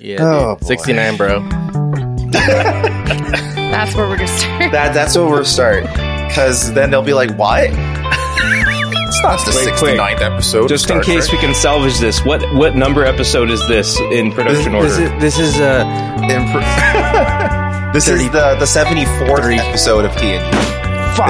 Yeah, Oh, dude. boy. 69, bro. That's where we're gonna start. That that's where we're start because then they'll be like, "What? it's not the Wait, quick. 69th episode." of Just in Star Trek. case we can salvage this, what what number episode is this in This- production this order? is- This is uh, Impr- this is the the seventy fourth episode of TNG. you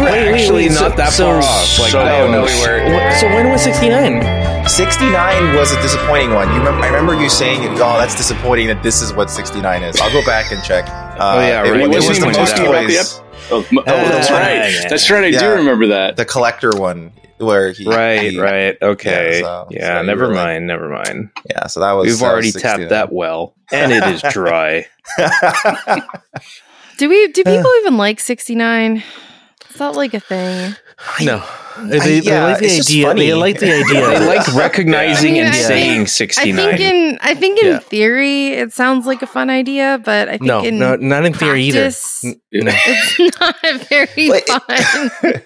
were actually not that far off. Like, no, no, we were- were. So when was sixty nine? Sixty nine was a disappointing one. You remember? I remember you saying, "Oh, that's disappointing that this is what sixty nine is." I'll go back and check. Uh, Oh, yeah, it, right. it We was didn't the even most talk about the toys, Oh, m- oh, that's Ah, right. yeah. That's right. I do Yeah. remember that. the collector one, where he right, he- right. Okay. Yeah, Yeah, so- so you never were like- mind, never mind. Yeah, so that was We've that was already 69. tapped that well, and it is dry. Do we? Do Uh. people even like sixty nine? It's not like a thing. No. They, they yeah, like the it's just idea. funny. They like the I idea. like recognizing I mean, and I saying think- sixty I nine. think in I think in Yeah. theory it sounds like a fun idea, but I think No, in no, not in theory practice, either. N- no. it's not very Wait. fun.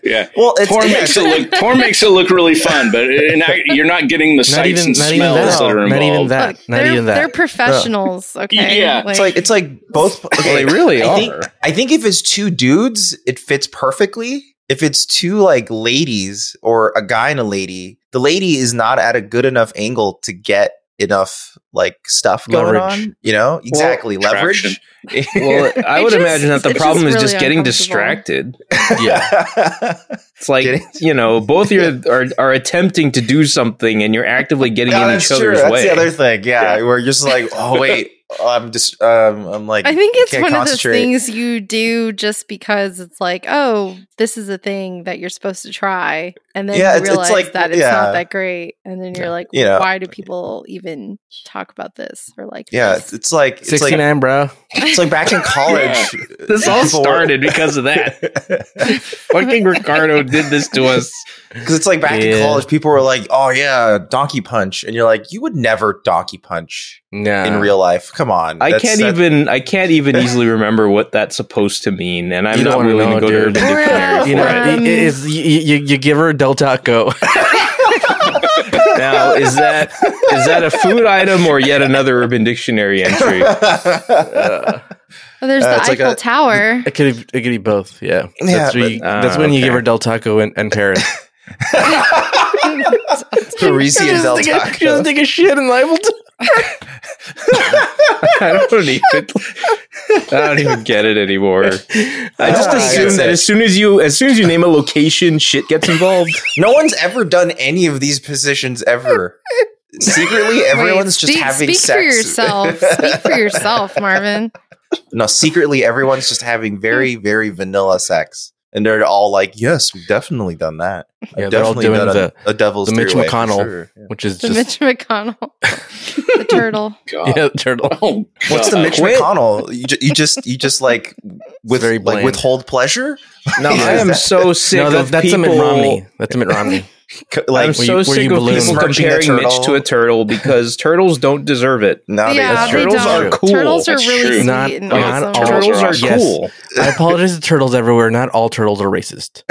Yeah. Well, it's, Tor it's makes it look Tor makes it look really fun, but in, act- you're not getting the Not sights even, and not smells even that. that are Not involved. even that. Look, Not they're, even that. they're professionals, okay? Yeah. It's like it's like both. Well, they really I think, are. I think if it's two dudes, it fits perfectly. If it's two like ladies or a guy and a lady, the lady is not at a good enough angle to get enough like stuff going Leverage. on. You know exactly traction. leverage. Well, I It would just- imagine that the it's just problem is really just getting uncomfortable. distracted. yeah. It's like Getting- you know, both you are are attempting to do something, and you're actively getting Yeah, in that's each other's true. way. That's the other thing. Yeah, where you're just like, oh wait, I'm just, um, I'm like, I think it's can't one of those concentrate. things you do just because it's like, oh, this is a thing that you're supposed to try, and then Yeah, you it's- it's realize like- that it's yeah. not that great, and then you're like, You know. why do people even talk about this or like? Yeah, this? it's, it's like it's Sixty like nine, bro. it's like back in college. this all people were- started because of that. Fucking Ricardo did this to us. Because it's like back in Yeah. college, people were like, "Oh yeah, donkey punch," and you're like, "You would never donkey punch No. in real life. Come on, I That's- can't that- even I can't even easily remember what that's supposed to mean, and I'm You don't not wanna willing to know, go dude. to Urban Dictionary. You know, for it. it, Um, it is, you, you, you give her a Del Taco. Now is that is that a food item or yet another Urban Dictionary entry? Oh, there's uh, the it's like Eiffel a- Tower. It could, it could be both. Yeah. Yeah, that's, where but- uh, you- Ah, that's when you give okay. her Del Taco and, and Paris. Parisian Del She doesn't Taco. take a shit in Eiffel I don't even I don't even get it anymore. I just Ah, I assume guess that it- as soon as you as soon as you name a location, shit gets involved. No one's ever done any of these positions ever. Secretly, everyone's just speak, having speak sex. for yourself. speak for yourself, Marvin. No, secretly, everyone's just having very, very vanilla sex, and they're all like, "Yes, we've definitely done that. I've Yeah, they're all definitely doing done the- a, a devil's the Mitch three-way for McConnell. sure. Yeah. which is The just Mitch McConnell, the turtle. God. yeah, the turtle. Oh, What's the God. Mitch McConnell? You, ju- you just, you just like with very like bland. withhold pleasure. No, I am so sick No, that, of that's people. a Mitt Romney. That's a Mitt Romney. C- like I'm where so you- where sick you of balloon. people Punching a comparing Mitch turtle. to a turtle because turtles don't deserve it. now they yeah, they turtles don't. are cool. Turtles are That's really true. sweet Not- and not awesome. all Turtles are Yes. cool. I apologize to turtles everywhere. Not all turtles are racist.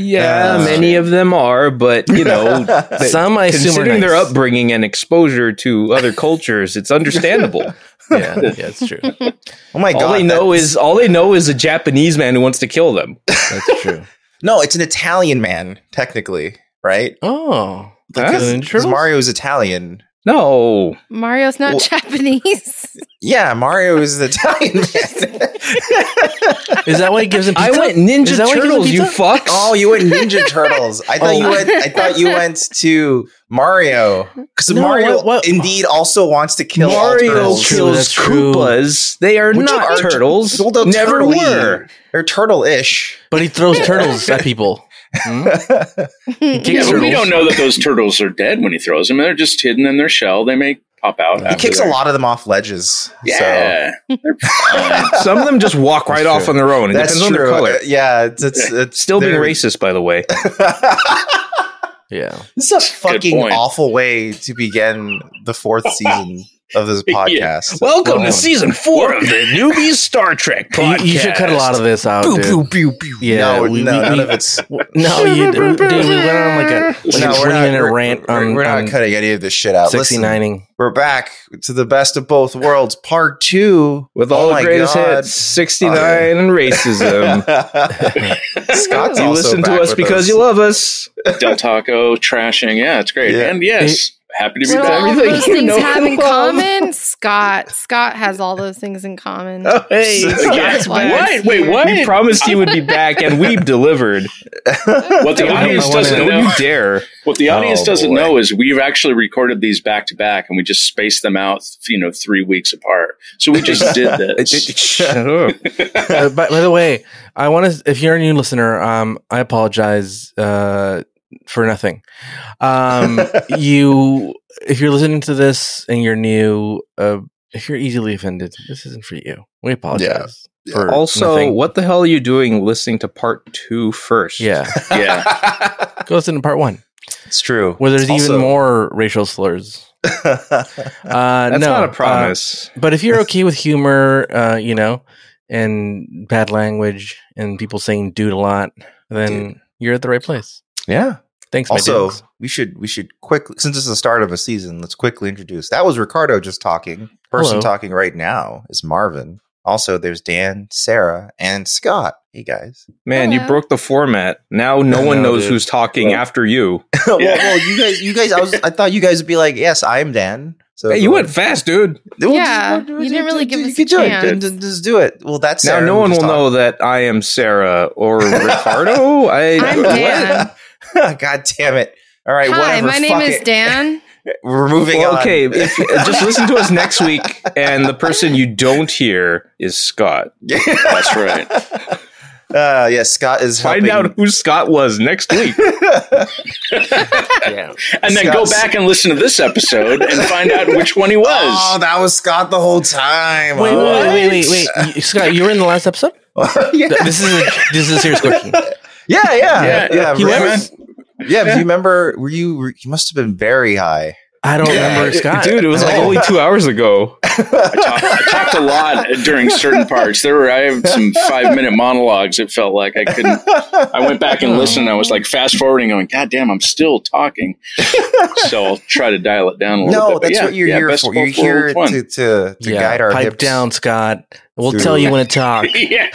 Yeah, Uh, many of them are, but you know, that- Some I assume are considering their nice. upbringing and exposure to other cultures, it's understandable. Yeah, yeah, it's true. Oh my god! all they that- know is all they know is a Japanese man who wants to kill them. That's true. no. It's an Italian man, technically, right? Oh, Because Huh? because Mario's Italian. No, Mario's not Well- Japanese. Yeah, Mario is an Italian man. is that why he gives him I pizza? went Is Ninja that why you Turtles. give You them fucks. oh, you went Ninja Turtles. I thought you Oh. went. I thought you went to Mario because No, Mario what- what- indeed also wants to kill all Mario turtles. That's true, kills that's true. Koopas. They are Which not are t- turtles. although Never turtle-y. were. They're turtle-ish. But he throws turtles at people. Hmm? He Yeah, kicks but we turtles. don't know that those turtles are dead when he throws them. They're just hidden in their shell. They may pop out. He after kicks a they're- lot of them off ledges. So. Yeah. They're fine. Some of them just walk right That's off true. on their own. It That's depends on their true. color. Uh, Yeah, it's, it's, it's Still being they're- racist, by the way. Yeah. This is a fucking point. awful way to begin the fourth season of this Yeah. podcast. Welcome Well, to season four of the Newbies Star Trek You, podcast. you should cut a lot of this Oh, out. dude. pew, pew. Yeah, no, we- no, we- none we- of it's. No, you dude, we went on like a No, like a we're 20 not- minute we're- rant We're, on, we're not on cutting any of this shit out. Listen, 69ing. we're back to the best of both worlds, part two With all Oh the my greatest God. hits, 69 and Um, racism. Scott's also back with us. love us. Del Taco trashing. Yeah, it's great. Yeah. And yes, happy to be What do back. all everything those you things know have and in love. common? Scott. Scott has all those things in common. Oh, hey, So- Scott's That's why What? back. Wait, what? We promised he would be back, and we delivered. What the Don't- audience I wanna- doesn't don't know. you dare. What the audience Oh, doesn't boy. know is we've actually recorded these back to back, and we just spaced them out, you know, three weeks apart. So we just did this. Shut up. Uh, by, by the way, I want to. If you're a new listener, um, I apologize uh, for nothing. Um, you, if you're listening to this and you're new, uh, if you're easily offended, this isn't for you. We apologize. For Also, nothing. what the hell are you doing listening to part two first? Yeah, yeah, go listen to part one it's true. where there's Also- even more racial slurs. Uh, That's no, not a uh, promise. But if you're okay with humor, uh, you know, and bad language and people saying dude a lot, then you're at the right place. yeah. Thanks, my Also, dudes. we should we should quickly since it's the start of a season, let's quickly introduce. That was Ricardo just talking. Person Hello. talking right now is Marvin. Also, there's Dan, Sarah, and Scott. Hey guys. Man, you Hello. broke the format. Now no I one know, knows dude. who's talking Well- after you. well, Yeah. well, you guys, you guys. I was I thought you guys would be like, yes, I'm Dan. So Hey, you went fast, dude. Well, do Yeah, it, you do it, didn't really do give it, us you a do it, chance. Just, just do it. Well, that's now Sarah, no we one will just know that I am Sarah or Ricardo. I I'm what? Dan. talked. God damn it! All right, Hi, whatever. my name fuck is it. Dan. We're moving Well, on. okay, if, uh, just listen to us next week, and the person you don't hear is Scott. that's right. Uh, yeah, Scott is Find helping- out who Scott was next week. And then go Scott's- back and listen to this episode and find out which one he was. Oh, that was Scott the whole time. Wait, Oh. wait, wait, wait, wait, wait. You- Scott, you were in the last episode. yeah. Th- This is a, this is a serious question. yeah, yeah, yeah, Yeah, yeah. he remember- was- yeah, but Do you remember? Were you? Were, you must have been very high. I don't remember It- Scott. dude, it was like Oh. only two hours ago. I, talked, I talked a lot during certain parts. There were I have some five minute monologues. It felt like I couldn't. I went back and listened. And I was like fast forwarding, going, "God damn, I'm still talking." So I'll try to dial it down a little bit. No, But that's yeah, what you're yeah, here best for. of You're both worlds here won. to to, to yeah, guide our pipe hips. Uh, down, Scott. We'll through- tell you when to talk. yeah.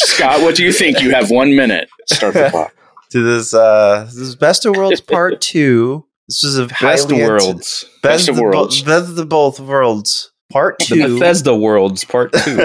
Scott, what do you think? You have one minute. Start the clock. to this uh this is best of worlds part two this was a Best highly ant- worlds, Best of bo- Worlds. best of the both worlds part the two Bethesda worlds part two.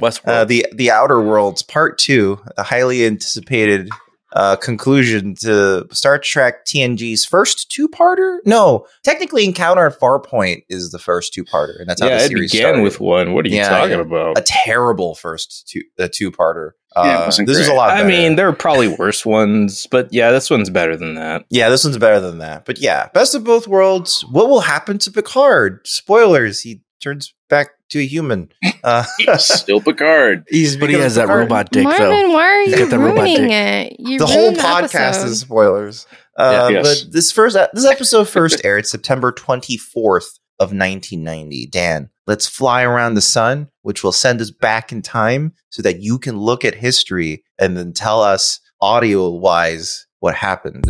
Westworld. uh, the the outer worlds part two a highly anticipated uh conclusion to star trek tng's first two-parter no technically encounter at farpoint is the first two-parter and that's how yeah, the it series began started. with one. What are you Yeah, talking yeah. about? a terrible first two a two-parter uh, Yeah, it wasn't this is a great. lot I better. mean, there are probably worse ones, but yeah, this one's better than that. Yeah, this one's better than that. But yeah, best of both worlds. What will happen to Picard? Spoilers: he turns back to a human. Uh, Still Picard. he's but he has that Picard. robot dick, though. Marvin, why are you Get the robot ruining it? You The whole ruined podcast episode. is spoilers. Uh, Yeah. Yes. But this first this episode first aired September twenty fourth of nineteen ninety. Dan, let's fly around the sun, which will send us back in time so that you can look at history and then tell us audio wise what happened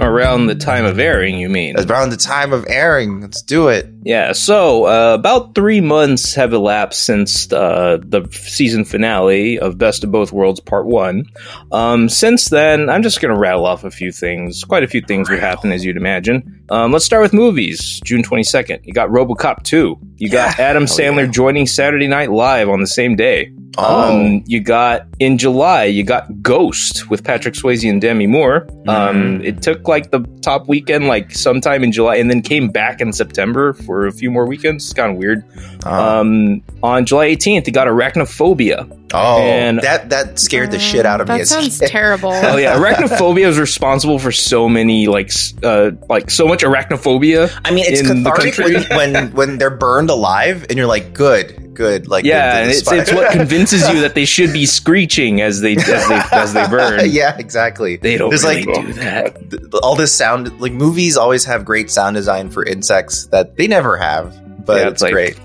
Around the time of airing, you mean? around the time of airing. Let's do it. Yeah, so uh, about three months have elapsed since uh, the season finale of Best of Both Worlds Part 1. Um, since then, I'm just going to rattle off a few things. Quite a few things would happen, as you'd imagine. Um, let's start with movies. June 22nd, you got Robocop 2. You got Adam Sandler joining Saturday Night Live on the same day. Oh. Um, you got in July, you got Ghost with Patrick Swayze and Demi Moore. Mm-hmm. Um, it took like the top weekend, like sometime in July, and then came back in September for a few more weekends. It's kind of weird. Um, Um, on July 18th, you got Arachnophobia. Oh, And- that that scared the Um, shit out of me. That as a sounds kid. terrible. Oh yeah, Arachnophobia is responsible for so many like s- uh, like so much arachnophobia. I mean, it's in the cathartic country. when, when when they're burned alive, and you're like, good, good. Like yeah, the- and the it's, spike. it's what convinces you that they should be screeching as they as they, as they burn. yeah, exactly. They don't There's really like- do that. Th- all this sound, like movies, always have great sound design for insects that they never have, but Yeah, it's it's like- great.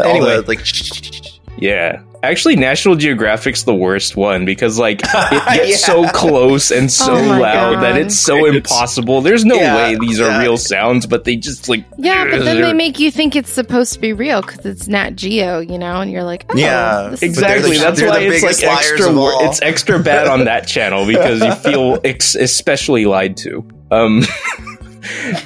All Anyway. the, like Yeah. Actually, National Geographic's the worst one because like it gets Yeah. so close and so Oh my loud that God. it's so It's- impossible. There's no Yeah, way these are yeah. real sounds, but they just like Yeah, but then They're- they make you think it's supposed to be real because it's Nat Geo, you know, and you're like, oh, Yeah, this is Exactly. the- real. That's they're why the it's like biggest liars extra. of wor- all. It's extra bad on that channel because you feel ex- especially lied to. Um,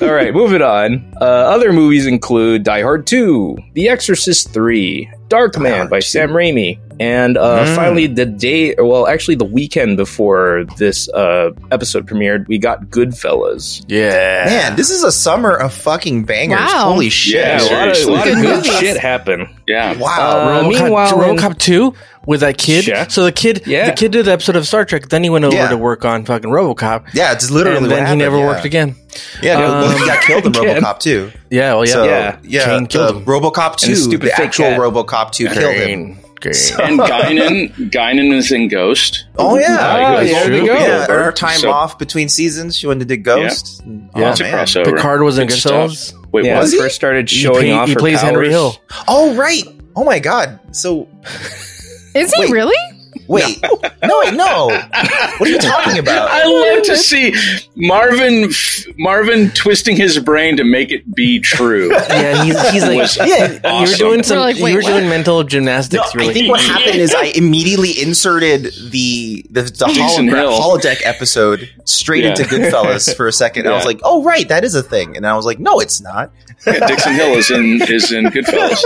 all right, moving on. Uh, other movies include Die Hard Two, The Exorcist Three, Dark Die Man Hard by 2. Sam Raimi, and uh, Mm. finally the day. Well, actually, the weekend before this uh, episode premiered, we got Goodfellas. Yeah. man, this is a summer of fucking bangers. Wow. Holy shit! a Yeah, lot of, a seriously. lot of Good good movies. shit happened. Yeah. Wow. Uh, RoboCop, meanwhile, in- RoboCop two with that kid. Yeah. So the kid, Yeah. the kid did the episode of Star Trek. Then he went over Yeah. to work on fucking RoboCop. yeah, it's literally and what then happened, he never yeah. worked again. Yeah, no, well, he Um, got killed in again. RoboCop too. Yeah. Well, yeah. So, Yeah. yeah, Kane killed the him. RoboCop And two, his stupid the fake actual cat. RobocOp two killed him. Green. And Guinan, Guinan is in Ghost. Oh yeah, Ah, Like, yeah, it's- there we go. Yeah, her time So- off between seasons, she went to do Ghost. Yeah. Oh, It's a man. crossover. the card was in Good Goodfellas. Wait, yeah, what? was he? first started He showing play- off. He her plays Henry powers. Hill. Oh right. Oh my god. So Is he Wait. really? wait, no, wait, no. What are you talking about? I love to see Marvin Marvin twisting his brain to make it be true. Yeah, he's, he's Was like, yeah, you were awesome. doing some, We're like, you wait, were what? doing mental gymnastics. you were I like, think what happened is I immediately inserted the the, the Jason hologra- Hill. holodeck episode straight Yeah. into Goodfellas for a second. I was Yeah. like, oh right, that is a thing, and I was like, no, it's not. Yeah, Dixon Hill is in is in Goodfellas.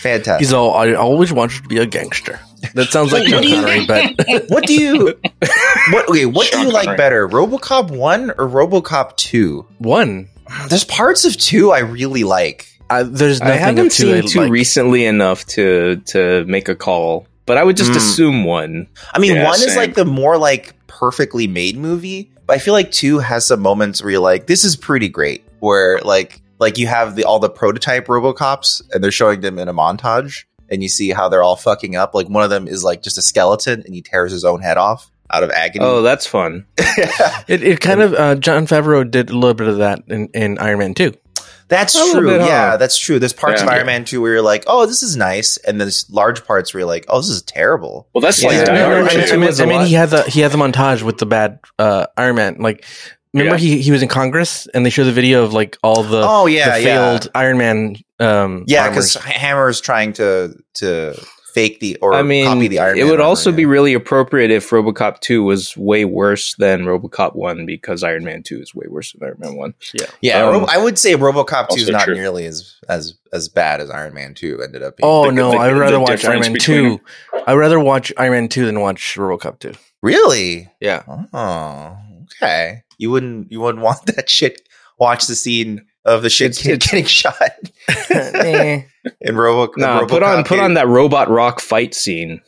Fantastic. he's all, I always wanted to be a gangster. That sounds like Sean Connery, but what do you? What okay? What Sean do you like Connery. better, RoboCop one or RoboCop two? one. There's parts of two I really like. I, there's I nothing haven't of two I seen two like. recently enough to to make a call, but I would just Mm. assume one. I mean, Yeah, one same. is like the more like perfectly made movie, but I feel like two has some moments where you're like, this is pretty great. Where like like you have the all the prototype RoboCops and they're showing them in a montage, and you see how they're all fucking up. Like one of them is like just a skeleton, and he tears his own head off out of agony. Oh, that's fun. It, it kind of uh, John Favreau did a little bit of that in, in Iron Man too. that's a little true. bit, huh? yeah, that's true. There's parts Yeah. of Iron Man two where you're like, oh, this is nice, and there's large parts where you're like, oh, this is terrible. Well, that's Yeah. like Die No, I Hard mean, Iron I Man mean, was a I mean, lot. he had the he had the montage with the bad uh, Iron Man. Like, remember he he was in Congress and they showed the video of like all the, oh yeah, yeah. the failed Iron Man. Um, Yeah, armors. because Hammer is trying to to fake the or I mean, copy the Iron it Man would armor, also yeah. be really appropriate if RoboCop 2 was way worse than RoboCop 1 because Iron Man 2 is way worse than Iron Man 1. yeah. um, Ro- I would say RoboCop two is also not true. nearly as as as bad as Iron Man two ended up. Being. Oh The- no, the- I'd the rather watch Iron difference Man between- two. I'd rather watch Iron Man two than watch RoboCop two. really? Yeah. Oh, okay. You wouldn't you wouldn't want that shit. Watch the scene of the shit It's- kid it's- getting shot Eh. in Robo. Nah, RoboCop put on put kid. on that robot rock fight scene.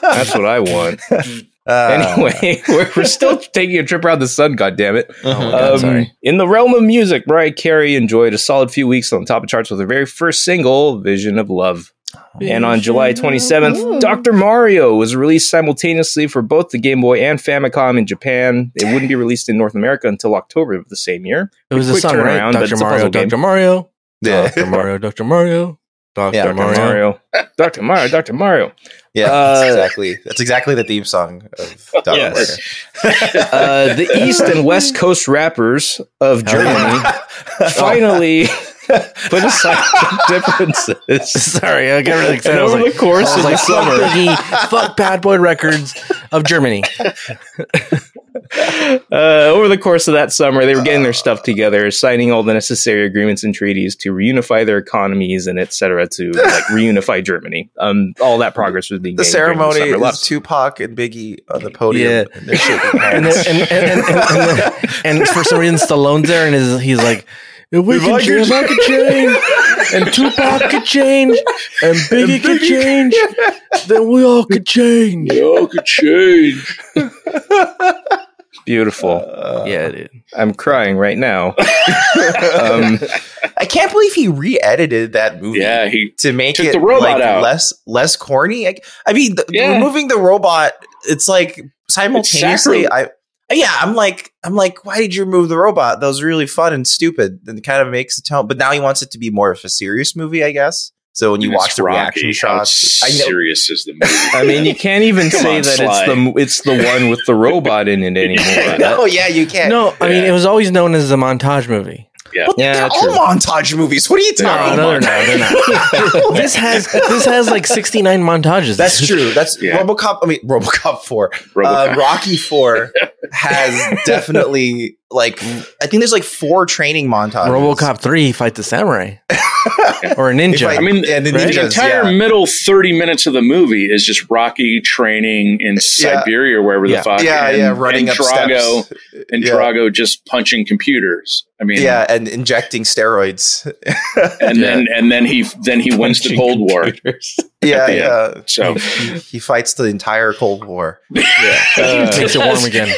That's what I want. Uh, anyway, we're, we're still taking a trip around the sun, goddammit. Oh my mhm. God, Um, sorry. In the realm of music, Mariah Carey enjoyed a solid few weeks on the top of charts with her very first single, Vision of Love. And on July 27th, Ooh. Dr. Mario was released simultaneously for both the Game Boy and Famicom in Japan. It wouldn't be released in North America until October of the same year. It was a quick song, right? turnaround, but it's Dr. a Mario, puzzle game. Dr. Mario, Yeah. Dr. Mario, Dr. Mario, Dr. Yeah, Dr. Dr. Mario. Mario. Dr. Mario, Dr. Mario. yeah, Uh, that's exactly. That's exactly the theme song of Dr. Yes. Mario. Uh, the East and West Coast rappers of Hell Germany yeah. Oh. finally put aside their differences. Sorry, I got really And excited. I was over like, the course I of was the like, fuck summer, Biggie, fuck Bad Boy Records of Germany. uh, over the course of that summer, they were getting their stuff together, signing all the necessary agreements and treaties to reunify their economies and et cetera to like reunify Germany. Um, all that progress was being the made during ceremony summer is left. Tupac and Biggie on the podium. Yeah. and they're shaking And, hands. then, and, and, and, and, and, and for some reason, Stallone's there and is, he's like, if we If can I change, could- I could change, and Tupac could change, and Biggie, could change, then we all could change. Yo, could change. Beautiful. Uh, Yeah, dude. I'm crying right now. um, I can't believe he re-edited that movie Yeah, he to make Took it the robot like, out. less less corny. I, I mean, the, Yeah. removing the robot, it's like simultaneously. I yeah, I'm like I'm like, why did you remove the robot? That was really fun and stupid, and it kind of makes the tone. But now he wants it to be more of a serious movie, I guess. So when you And it's watch the Rocky, reaction how shots, I know. Serious is the movie. I mean, you can't even Come say on, that Sly. it's the it's the one with the robot in it anymore. No, Oh, yeah, you can't. No, I mean Yeah. it was always known as a montage movie. What- Yeah, they're true. all montage movies. What are you No, talking no, about? they're not. They're not. this has this has like sixty nine montages. That's true. That's Yeah. RoboCop. I mean, RoboCop Four. Robocop. Uh, Rocky Four has definitely like I think there's like four training montages. RoboCop three fights a samurai or a ninja. If I, I mean, and the The ninjas, entire yeah. middle 30 minutes of the movie is just Rocky training in Siberia, wherever Yeah. the fuck. yeah, and, yeah, running and up Drago, steps, And yeah. Drago just punching computers. I mean, yeah, and injecting steroids. and then and then he then he wins the Cold War. yeah, the yeah. So He, he fights the entire Cold War. makes it warm again. Uh,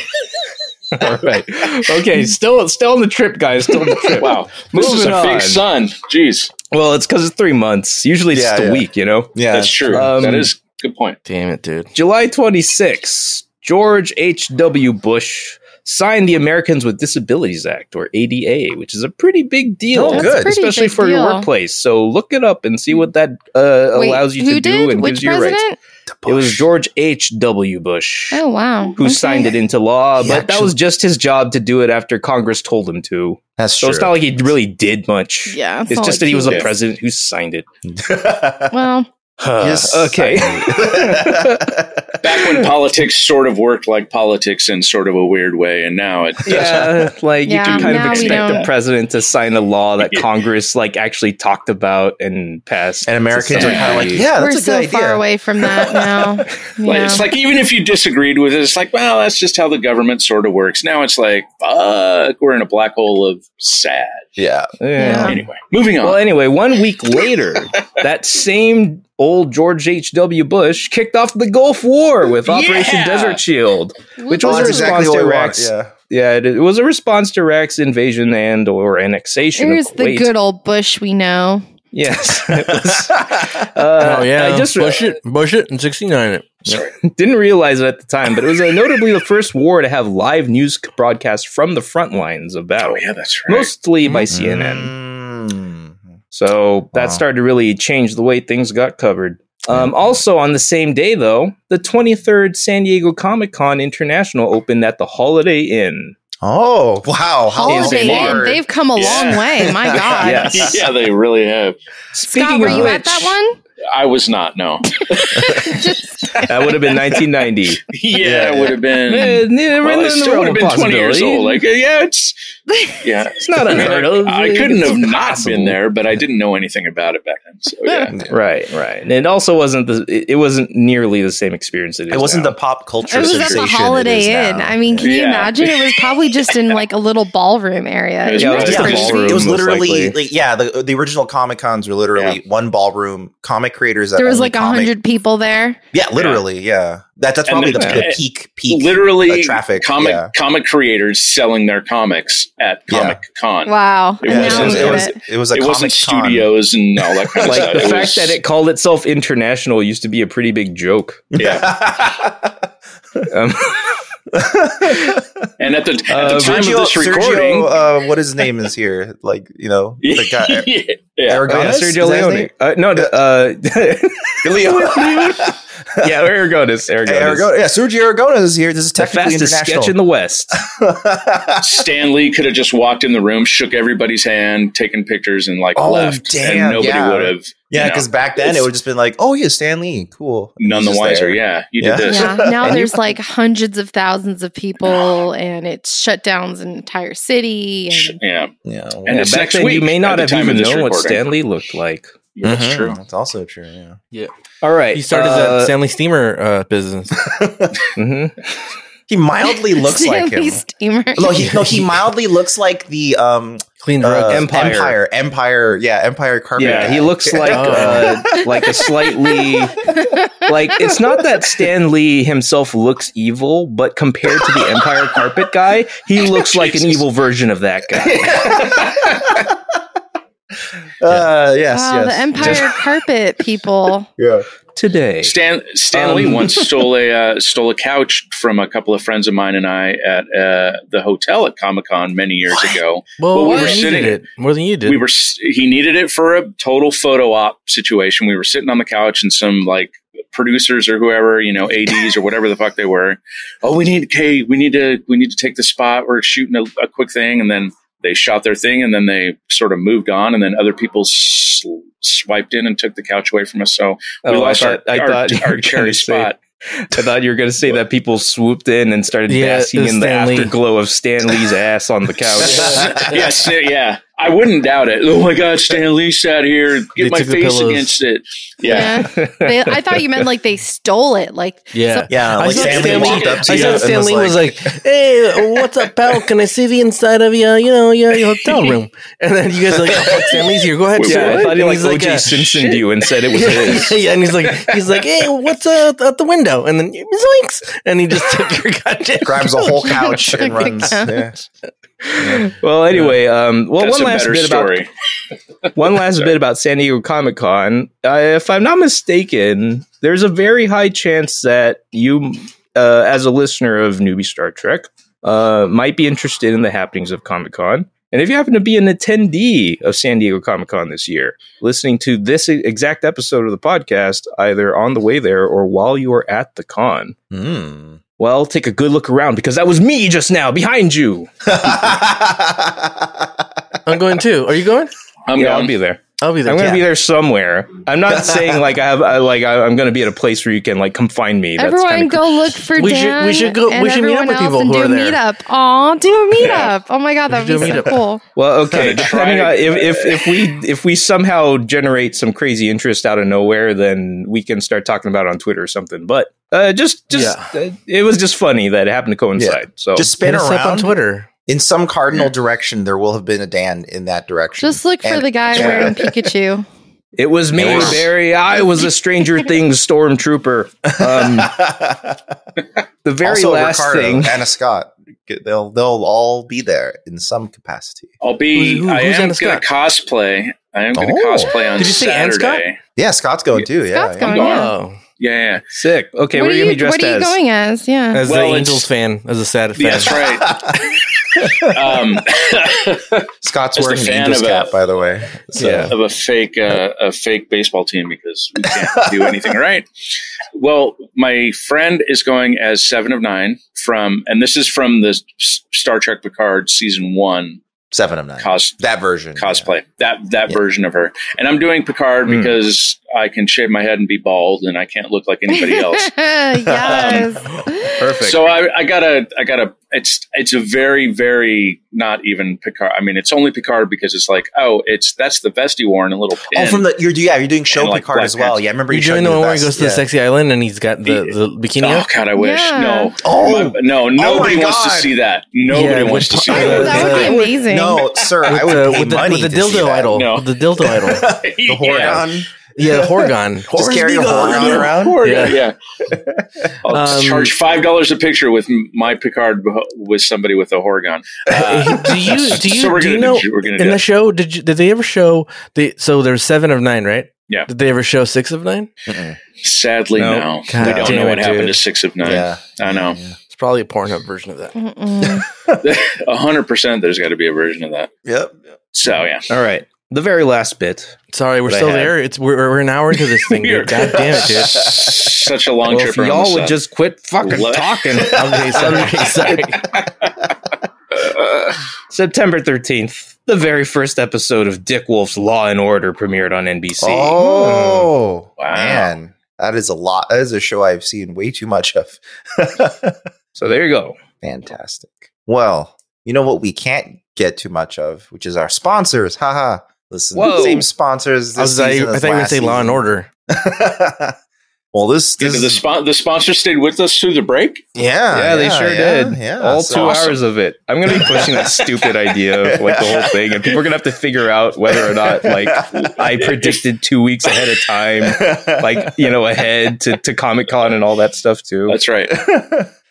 All right. Okay. Still, still on the trip, guys. Still on the trip. wow, this is Moving a on. big sun. Jeez, Well, it's because it's three months. Usually, it's Yeah, just a yeah. week. You know. Yeah, that's true. Um, that is a good point. Damn it, dude. July 26, George H.W. Bush signed the Americans with Disabilities Act, or ADA, which is a pretty big deal. Oh, That's good. a pretty Especially big for your deal. workplace. So look it up and see what that uh, Wait, allows you who to do did? and Which gives you your rights. president? It was George H.W. Bush. Oh wow. Who Okay. signed it into law, He but that actually- was just his job to do it after Congress told him to. That's So true. it's not like he really did much. Yeah, It's not just like that he was did. a president who signed it. Well, Yes, okay. Back when politics sort of worked like politics in sort of a weird way, and now it yeah, like Yeah, you can kind of now we expect the don't- president to sign a law that Yeah. Congress like actually talked about and passed. and Americans are kind of like, yeah, that's we're a so good far idea. away from that now. Like, Yeah. It's like even if you disagreed with it, it's like, well, that's just how the government sort of works. Now it's like, fuck, we're in a black hole of sad. Yeah, Yeah. Anyway, moving on. Well, anyway, one week later, that same old George H.W. Bush kicked off the Gulf War with Operation Yeah. Desert Shield. Which Well, was that's a exactly response what to we want, Iraq's- Yeah. Yeah, it, it was a response to Iraq's invasion and or annexation There's of the Kuwait. good old Bush we know. yes. It was, uh, oh yeah, I just bush it, bush it, and sixty nine it. Sorry. didn't realize it at the time, but it was uh, notably the first war to have live news broadcast from the front lines of battle, Oh, yeah, that's right. mostly by CNN. CNN. So that Mm-hmm. Wow. started to really change the way things got covered. Um, also, on the same day, though, the 23rd San Diego Comic Con International opened at the Holiday Inn. Oh wow! How Holiday Inn. smart. They've come a Yeah. long way. My God. Yeah. yeah, they really have. Scott, were you at that one? I was not, no. Just that would have been 1990. yeah, Yeah, it would have been. Eh, never Well, in the I still realm would have of been 20 years possibility. old. Like, yeah, it's. Yeah. it's not unheard of. I couldn't It's have not possible. been there, but I didn't know anything about it back then. So, yeah. Right, right. And it also wasn't the. It, it wasn't nearly the same experience. It, is It wasn't now. the pop I culture. was at sensation the it is Holiday Inn. now. I mean, can you Yeah. imagine? It was probably just in like a little ballroom area. It was You Yeah, were it was just just a pretty- ballroom. it was most literally likely. like, yeah. The, the original Comic Cons were literally one ballroom comic creators. That There was only like a comic- hundred people there. Yeah, literally. Yeah, that that's And probably the, the- the peak peak. Literally, uh, traffic, comic yeah. comic creators selling their comics at Yeah. Comic Con. Wow. It Yeah, Now wasn't- we it get was it. it was a it wasn't comic con. studios and all that kind of like stuff. the It fact was- that it called itself international used to be a pretty big joke. yeah. Um, And at the, at the Uh, time Sergio, of this recording, Sergio, uh, what his name is here? Like you know, the guy. yeah, yeah. oh, yeah, Aragonis? Is Sergio that his Leone. name? Uh, no, uh, Leo. yeah, Aragonis. Aragonis. Hey, Aragon- yeah, Sergio Aragonis is here. This is The technically fastest international. sketch in the West. Stan Lee could have just walked in the room, shook everybody's hand, taken pictures, and like Oh, left, damn, and nobody yeah. would have. yeah, you know, because back then it it's- would just been like, oh yeah, Stan Lee, cool. none the He's just wiser. there. Yeah, you Yeah. did this. Yeah. Now And you- there's like hundreds of thousands of people, and it shut down an entire city. Sh- And Yeah, Yeah, well, And Yeah, it's back next then, you week may at not the have time even of this known what recording. Stanley looked like. Yeah, that's mhm. true. That's also true. Yeah. All right, He started uh, that Stanley Steamer uh, business. mhm. He mildly looks like Stanley him. Steamer. No, he, no, he mildly looks like the um Clean uh, drugs. Empire. Empire, Empire, yeah, Empire carpet. Yeah, guy. he looks like Oh. uh, like a slightly like it's not that Stan Lee himself looks evil, but compared to the Empire carpet guy, he looks like an evil version of that guy. Uh, yes, wow, yes. the Empire carpet people. yeah. today. Stan Stanley Um, once stole a uh, stole a couch from a couple of friends of mine and I at uh, the hotel at Comic Con many years ago. Well, Well, we more were than you sitting- did it. More than you did. we were s- he needed it for a total photo op situation we were sitting on the couch and some like producers or whoever you know ads or whatever the fuck they were oh we need hey we need to we need to take the spot we're shooting a, a quick thing and then they shot their thing and then they sort of moved on and then other people sl- swiped in and took the couch away from us so we Oh, I lost thought- I our, thought you our, were our gonna cherry say- spot I thought you were going to say that people swooped in and started Yeah, basking it was in the Stan Lee. afterglow of Stan Lee's ass on the couch. yes yeah i wouldn't doubt it oh my god stan lee sat here They get my took the face pillows. against it yeah. Yeah. They, I thought you meant like they stole it. Like yeah. Yeah, I uh, like saw Stanley Stanley- walked up to I you saw and Stanley was was like, "Hey, what's up, pal? Can I see the inside of your, you know, your, your hotel room?" And then you guys are like, oh, "Fuck, Stanley's here. Go ahead." Wait, Stan." yeah, I thought he like And he's OG "Yeah." Simpson you and said it was his. yeah, yeah, and he's like, he's like, "Hey, what's uh, out the window?" And then zoinks, and he just took your goddamn grabs a whole couch and Like a runs. couch. Yeah. Well, anyway, um, well, That's one a last better bit about story. one last bit about San Diego Comic Con. Uh, if I'm not mistaken, there's a very high chance that you, uh, as a listener of Newbie Star Trek, uh, might be interested in the happenings of Comic Con. And if you happen to be an attendee of San Diego Comic Con this year, listening to this e-, exact episode of the podcast, either on the way there or while you are at the con, Mm. well, take a good look around because that was me just now behind you. I'm going too. Are you going? I'm yeah, I'll going. be there. I'll be there. I'm gonna Yeah. be there somewhere. I'm not saying like I have I, like I, I'm gonna be at a place where you can like confine me. That's everyone kind of go look for We should- Dan. we should go- and we should meet up everyone with people else and who do are there. a meetup. Aw, do a meetup. Oh my god, We that should would be do so a meetup. cool. well. Okay, Kinda depending on tried. if, if if we if we somehow generate some crazy interest out of nowhere, then we can start talking about it on Twitter or something. But uh, just just uh, it was just funny that it happened to coincide. So Just spin Hit us up around on Twitter. in some cardinal direction. There will have been a Dan in that direction. Just look for And- the guy Yeah. wearing Pikachu. it was me, It was- Barry. I was a Stranger Things stormtrooper. Um, Mm. the very also last Ricardo thing. Anna Scott. They'll they'll all be there in some capacity. I'll be. Who's- who- I who's am Anna going to cosplay. I am going to Oh. cosplay on Did you say Anna Saturday. Scott? Yeah, Scott's going too. Yeah, Scott's yeah. going. going. yeah. Oh, Yeah, Sick. Okay, what, what are you gonna be dressed what are you as? going as? Yeah. as Well, the it's- Angels fan, as a sad fan. yeah. that's right. um, Scott's Just a wearing an fan Angels of a- cap, by the way. So- Yeah. of a fake uh, a fake baseball team because we can't do anything right. Well, my friend is going as Seven of Nine from, and this is from the S- Star Trek Picard season one seven of nine. cos that version. cosplay that that Yeah. version of her and i'm doing picard Hmm. Mm. because i can shave my head and be bald and i can't look like anybody else yes. Perfect. so I, I gotta i gotta it's it's a very very not even picard i mean it's only picard because it's like oh it's that's the vest he wore and a little Oh, pin from the you're yeah you're doing show and, like, Picard black as well. pants. Yeah, I remember You're you showed doing me the one where he vest. goes to the Yeah. sexy island and he's got the, the bikini Oh on. god, I wish Yeah. no, Oh. My- no, nobody my wants to God. see that. Nobody Yeah, wants with to see Picard. that. that would be amazing. No, sir, I With would the- pay Uh, with the- money with the to see dildo that. idol. No. With the dildo idol. The Horgon. Yeah, Horgon. Just carry a Horgon around. Oh, Yeah, Yeah. yeah. I'll Um, charge five dollars a picture with m- my Picard b- with somebody with a horgon. Uh, do you do you, so we're do gonna you know do, we're gonna in do the it. show did you, did they ever show the so there's seven of nine right Yeah. did they ever show six of nine Sadly, No. no, God we don't damn know it, what happened dude. to Six of Nine. Yeah, I know. it's probably a Pornhub version of that Mm-mm. A hundred percent, there's got to be a version of that. Yep. So yeah, All right, the very last bit sorry we're They still had- there it's we're, we're an hour into this thing We are- dude. god damn it dude such a long Well, trip. if around the y'all would sun. just quit fucking Love- talking. okay sorry sorry Uh, September 13th, the very first episode of Dick Wolf's Law and Order premiered on NBC. Oh Wow. man, that is a lot. That is a show I've seen way too much of. So there you go. Fantastic. Well, you know what we can't get too much of, which is our sponsors. Haha. Listen, Whoa. same sponsors. This I, was, I, I season as thought you were gonna last say Law and season. Order well, this Did this the, is- spon- the sponsor stayed with us through the break. yeah, yeah, they sure yeah, did. Yeah, All So- two awesome. hours of it. I'm going to be pushing that stupid idea of like the whole thing, and people are going to have to figure out whether or not like I predicted two weeks ahead of time, like you know, ahead to, to Comic Con and all that stuff too. That's right.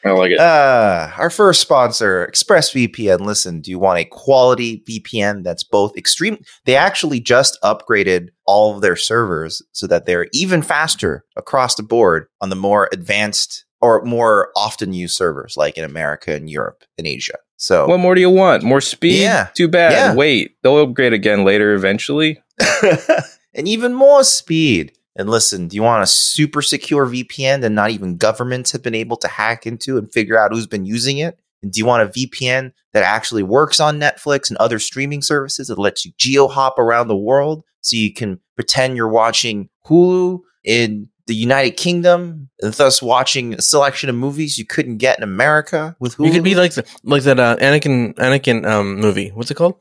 I like it. Uh, our first sponsor, ExpressVPN. Listen, do you want a quality VPN that's both extreme? They actually just upgraded all of their servers so that they're even faster across the board on the more advanced or more often used servers like in America and Europe and Asia. So What more do you want? More speed? Yeah. Too bad. Yeah. Wait, they'll upgrade again later eventually. and even more speed. And listen, do you want a super secure VPN that not even governments have been able to hack into and figure out who's been using it? And do you want a VPN that actually works on Netflix and other streaming services that lets you geo hop around the world so you can pretend you're watching Hulu in the United Kingdom and thus watching a selection of movies you couldn't get in America with Hulu? You could be like the, like that uh, Anakin Anakin um, movie. What's it called?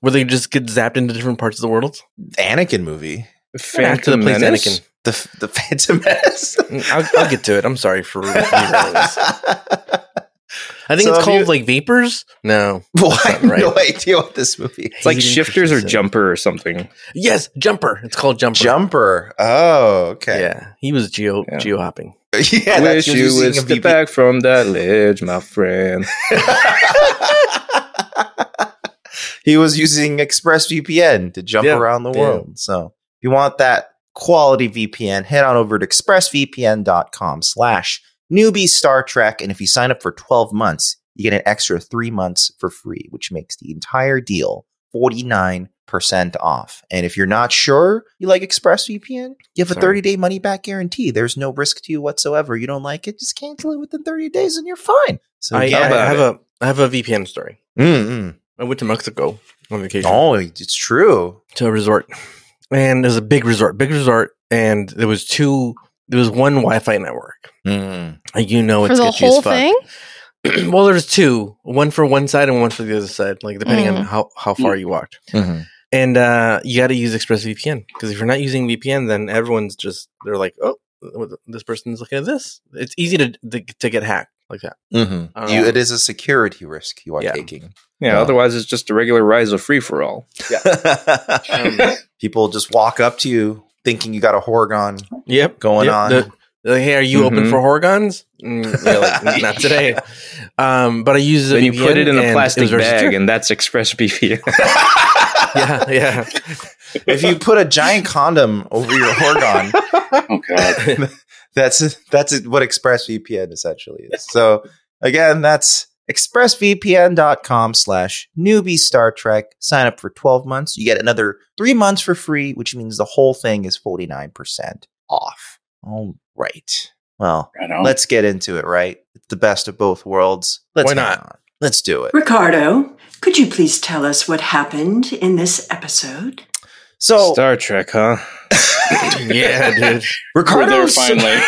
Where they just get zapped into different parts of the world. the Anakin movie, Phantom to the place Menace? Anakin. the, the Phantom Menace. Mm, I'll, I'll get to it. I'm sorry for. for this. I think So it's if called you- like vapors. No. Well, I have Right. no idea what this movie is. It's like Hayden shifters or Christensen. jumper or something. Yes, jumper. It's called jumper. Jumper. Oh, okay. Yeah, he was geo Yeah. geo hopping. Yeah, Wish that's you you would using a step VP. back from that ledge, my friend. he was using ExpressVPN to jump Yeah, around the yeah. world. So if you want that quality VPN, head on over to expressvpn.com slash newbie Star Trek. And if you sign up for 12 months, you get an extra three months for free, which makes the entire deal 49% off. And if you're not sure you like ExpressVPN, you have a Sorry. 30 day money back guarantee. There's no risk to you whatsoever. You don't like it, just cancel it within 30 days and you're fine. So I, I yeah. have a I have a VPN story. Mm, mm. I went to Mexico on vacation Oh, it's true. to a resort, and it was a big resort, big resort, and there was two. There was one Wi-Fi network. Mm-hmm. Like, You know, For it's the sketchy whole as fuck. thing? well, there's two, one for one side and one for the other side, like depending on how how far you walked. And uh, you got to use ExpressVPN because if you're not using VPN, then everyone's just they're like, oh, this person's looking at this. It's easy to to get hacked like that. Um, you, it is a security risk you are yeah. taking. Yeah, Yeah. otherwise it's just a regular rise of free for all. Um, People just walk up to you thinking you got a horgon yep. going Yep, on. the- Like, hey, are you open Mhm. for horgons? Mm, yeah, like, not today. Um, but I use Then you put VPN it in and a was plastic very bag, secure. and that's ExpressVPN. yeah, yeah. if you put a giant condom over your horgon, Oh god. that's that's what ExpressVPN essentially is. So again, that's expressvpn.com slash newbie Star Trek. Sign up for 12 months. You get another three months for free, which means the whole thing is 49% off. All right. Well, Right Oh. on. let's get into it, right? It's the best of both worlds. Let's Why hang not? on. Let's do it. Ricardo, could you please tell us what happened in this episode? So Star Trek, huh? yeah, dude. We're there Ricardo's finally.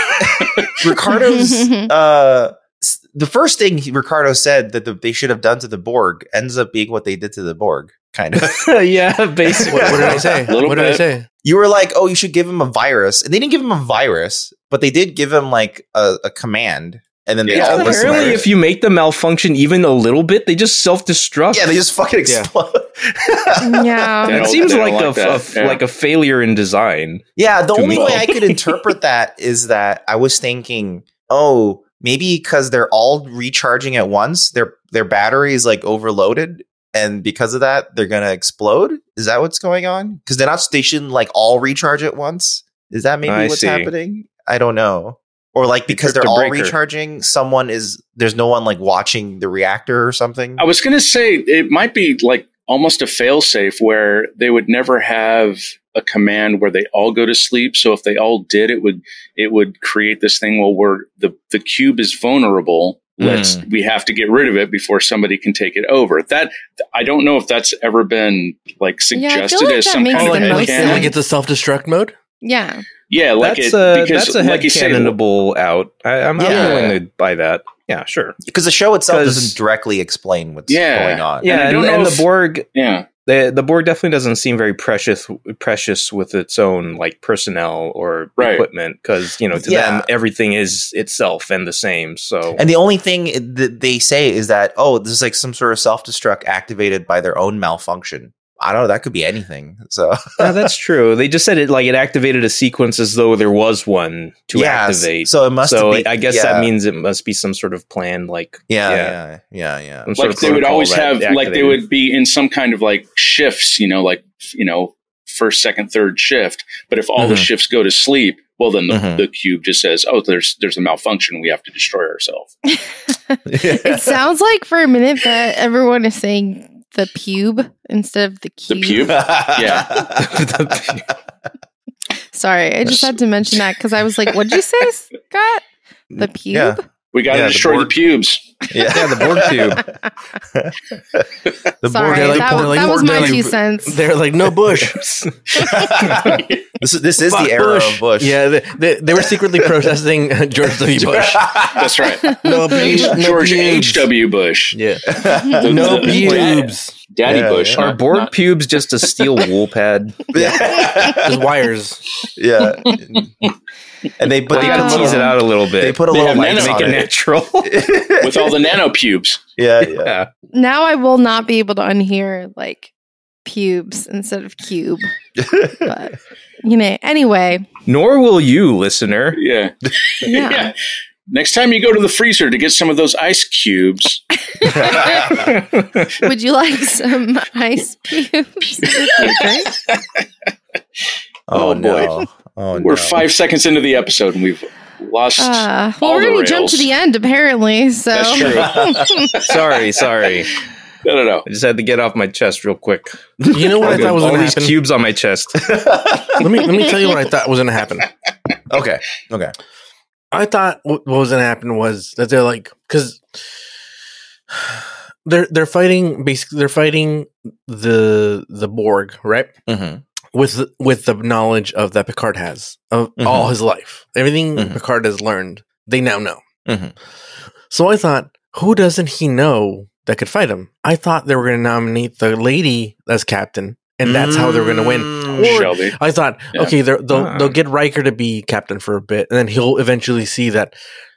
Ricardo's uh s- the first thing he- Ricardo said that the, they should have done to the Borg ends up being what they did to the Borg, kind of. yeah, basically. What, what did I say? Little What did I bit. say? you were like, "Oh, you should give him a virus," and they didn't give him a virus, but they did give him like a, a command, and then they all Yeah, apparently listened. to Apparently, it. if you make them malfunction even a little bit, they just self-destruct. yeah, they just fucking Yeah. explode. yeah. They that don't- seems they don't like, a, like that, a- yeah. like a failure in design. Yeah, the Too only low. way I could interpret that is that I was thinking, oh, maybe because they're all recharging at once, their their battery is like overloaded, and because of that, they're gonna explode. Is that what's going on? Because they're not stationed like all recharge at once. Is that maybe I what's see. happening? I don't know. Or like because tripped a they're all breaker. recharging, someone is there's no one like watching the reactor or something. I was going to say it might be like almost a failsafe where they would never have a command where they all go to sleep. So if they all did, it would it would create this thing. Well, we're the the cube is vulnerable. Hmm. Let's we have to get rid of it before somebody can take it over. That I don't know if that's ever been like Yeah, I feel suggested like as that some makes kind Oh, the of like, most like, sense. headcanon. like it's a self destruct mode. yeah. Yeah, like that's it a because that's a like you said, headcanonable out. I, I'm, I'm Yeah. willing to buy that. Yeah, sure. Because the show itself 'Cause- doesn't directly explain what's Yeah. going on. Yeah, Yeah, I and, don't know and if- the Borg, yeah, the, the Borg definitely doesn't seem very precious precious with its own like personnel or Right. equipment because you know to Yeah. them everything is itself and the same. So And the only thing that they say is that, oh, this is like some sort of self destruct activated by their own malfunction. I don't know. That could be anything. So no, Uh, that's true. They just said it like it activated a sequence as though there was one to Yeah, s- activate. So it must. so be, I guess yeah, that means it must be some sort of plan, like Yeah, yeah. yeah, yeah, yeah. some sort like of they would protocol always that have like they activated. would be in some kind of like shifts you know like you know first second third shift but if all the Mm-hmm. Mhm. shifts go to sleep well then the, Mhm. the cube just says oh there's there's a malfunction we have to destroy ourselves it sounds like for a minute that everyone is saying the pube instead of the the cube. pube yeah. Sorry, I just had to mention that because I was like, "What'd you say, Scott? The pube? Yeah. we got to Yeah, the destroy the, Borg- pubes yeah, the Borg cube. the Sorry, they're like- that, they're w- like- that was my they're two like- cents. They're like no Bush. this is this is Fuck the era of Bush. Yeah, they, they, they were secretly protesting uh, George W. Bush. that's right No, pubes, no george pubes. h.w bush Yeah, The- no the- pubes. daddy Yeah, bush yeah. Are not- Borg not- pubes just a steel wool pad? yeah. Just wires. yeah. And they put They the gotta little- tease it a little bit. They put a They little have lights nano- on make it. natural. with all the nano pubes Yeah, yeah. Now I will not be able to unhear like pubes instead of cube. But you know, anyway, Nor will you, listener. yeah. yeah. next time you go to the freezer to get some of those ice cubes Would you like some ice pubes? Okay. Oh, Oh, boy. no. Oh, we're no. five seconds into the episode and we've lost Uh, well, All we the already jumped to rails. the end, apparently. So That's true. sorry, sorry. no no no I just had to get off my chest real quick. You know what I thought was all going to these happen? cubes on my chest. let me let me tell you what I thought was going to happen. Okay. Okay. I thought what what was going to happen was that they're like because they're they're fighting basically they're fighting the the Borg right Mm-hmm. with with the knowledge of that Picard has of Mhm. all his life everything Mhm. Picard has learned they now know Mhm. so I thought who doesn't he know that could fight him I thought they were going to nominate the lady as captain and that's how they were going to win Mm. shelby I thought, Yeah. okay, they're- they'll Ah. they'll get Riker to be captain for a bit, and then he'll eventually see that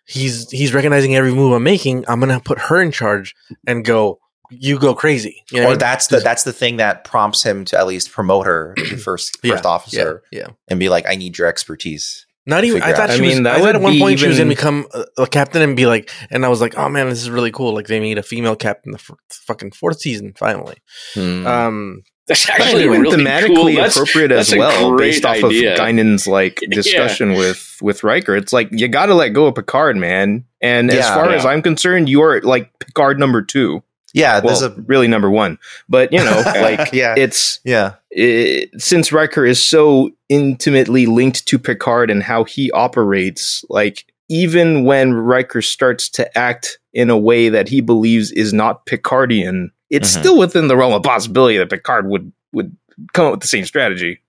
he's he's recognizing every move I'm making. I'm gonna put her in charge and go, you go crazy. You Or know what I that's the that's the thing that prompts him to at least promote her to first mean? first Yeah, officer Yeah, yeah. and be like, I need your expertise. Not even. I Figure thought out. she I was. mean, that I thought at would one be point she was gonna even- become a, a captain and be like, and I was like, oh man, this is really cool. Like they made a female captain the f- fucking fourth season finally. Hmm. Uh, Um, that's actually Anyway, really thematically cool. That's- appropriate that's as a well, great based off idea. of Guinan's like discussion with with Riker. It's like you got to let go of Picard, man. And as Yeah. far as I'm concerned, you are like Picard number two. yeah, Well, Uh, there's a really number one, but you know, like yeah, it's yeah, it, since Riker is so intimately linked to Picard and how he operates, like. Even when Riker starts to act in a way that he believes is not Picardian, it's Mm-hmm. Mhm. still within the realm of possibility that Picard would would come up with the same strategy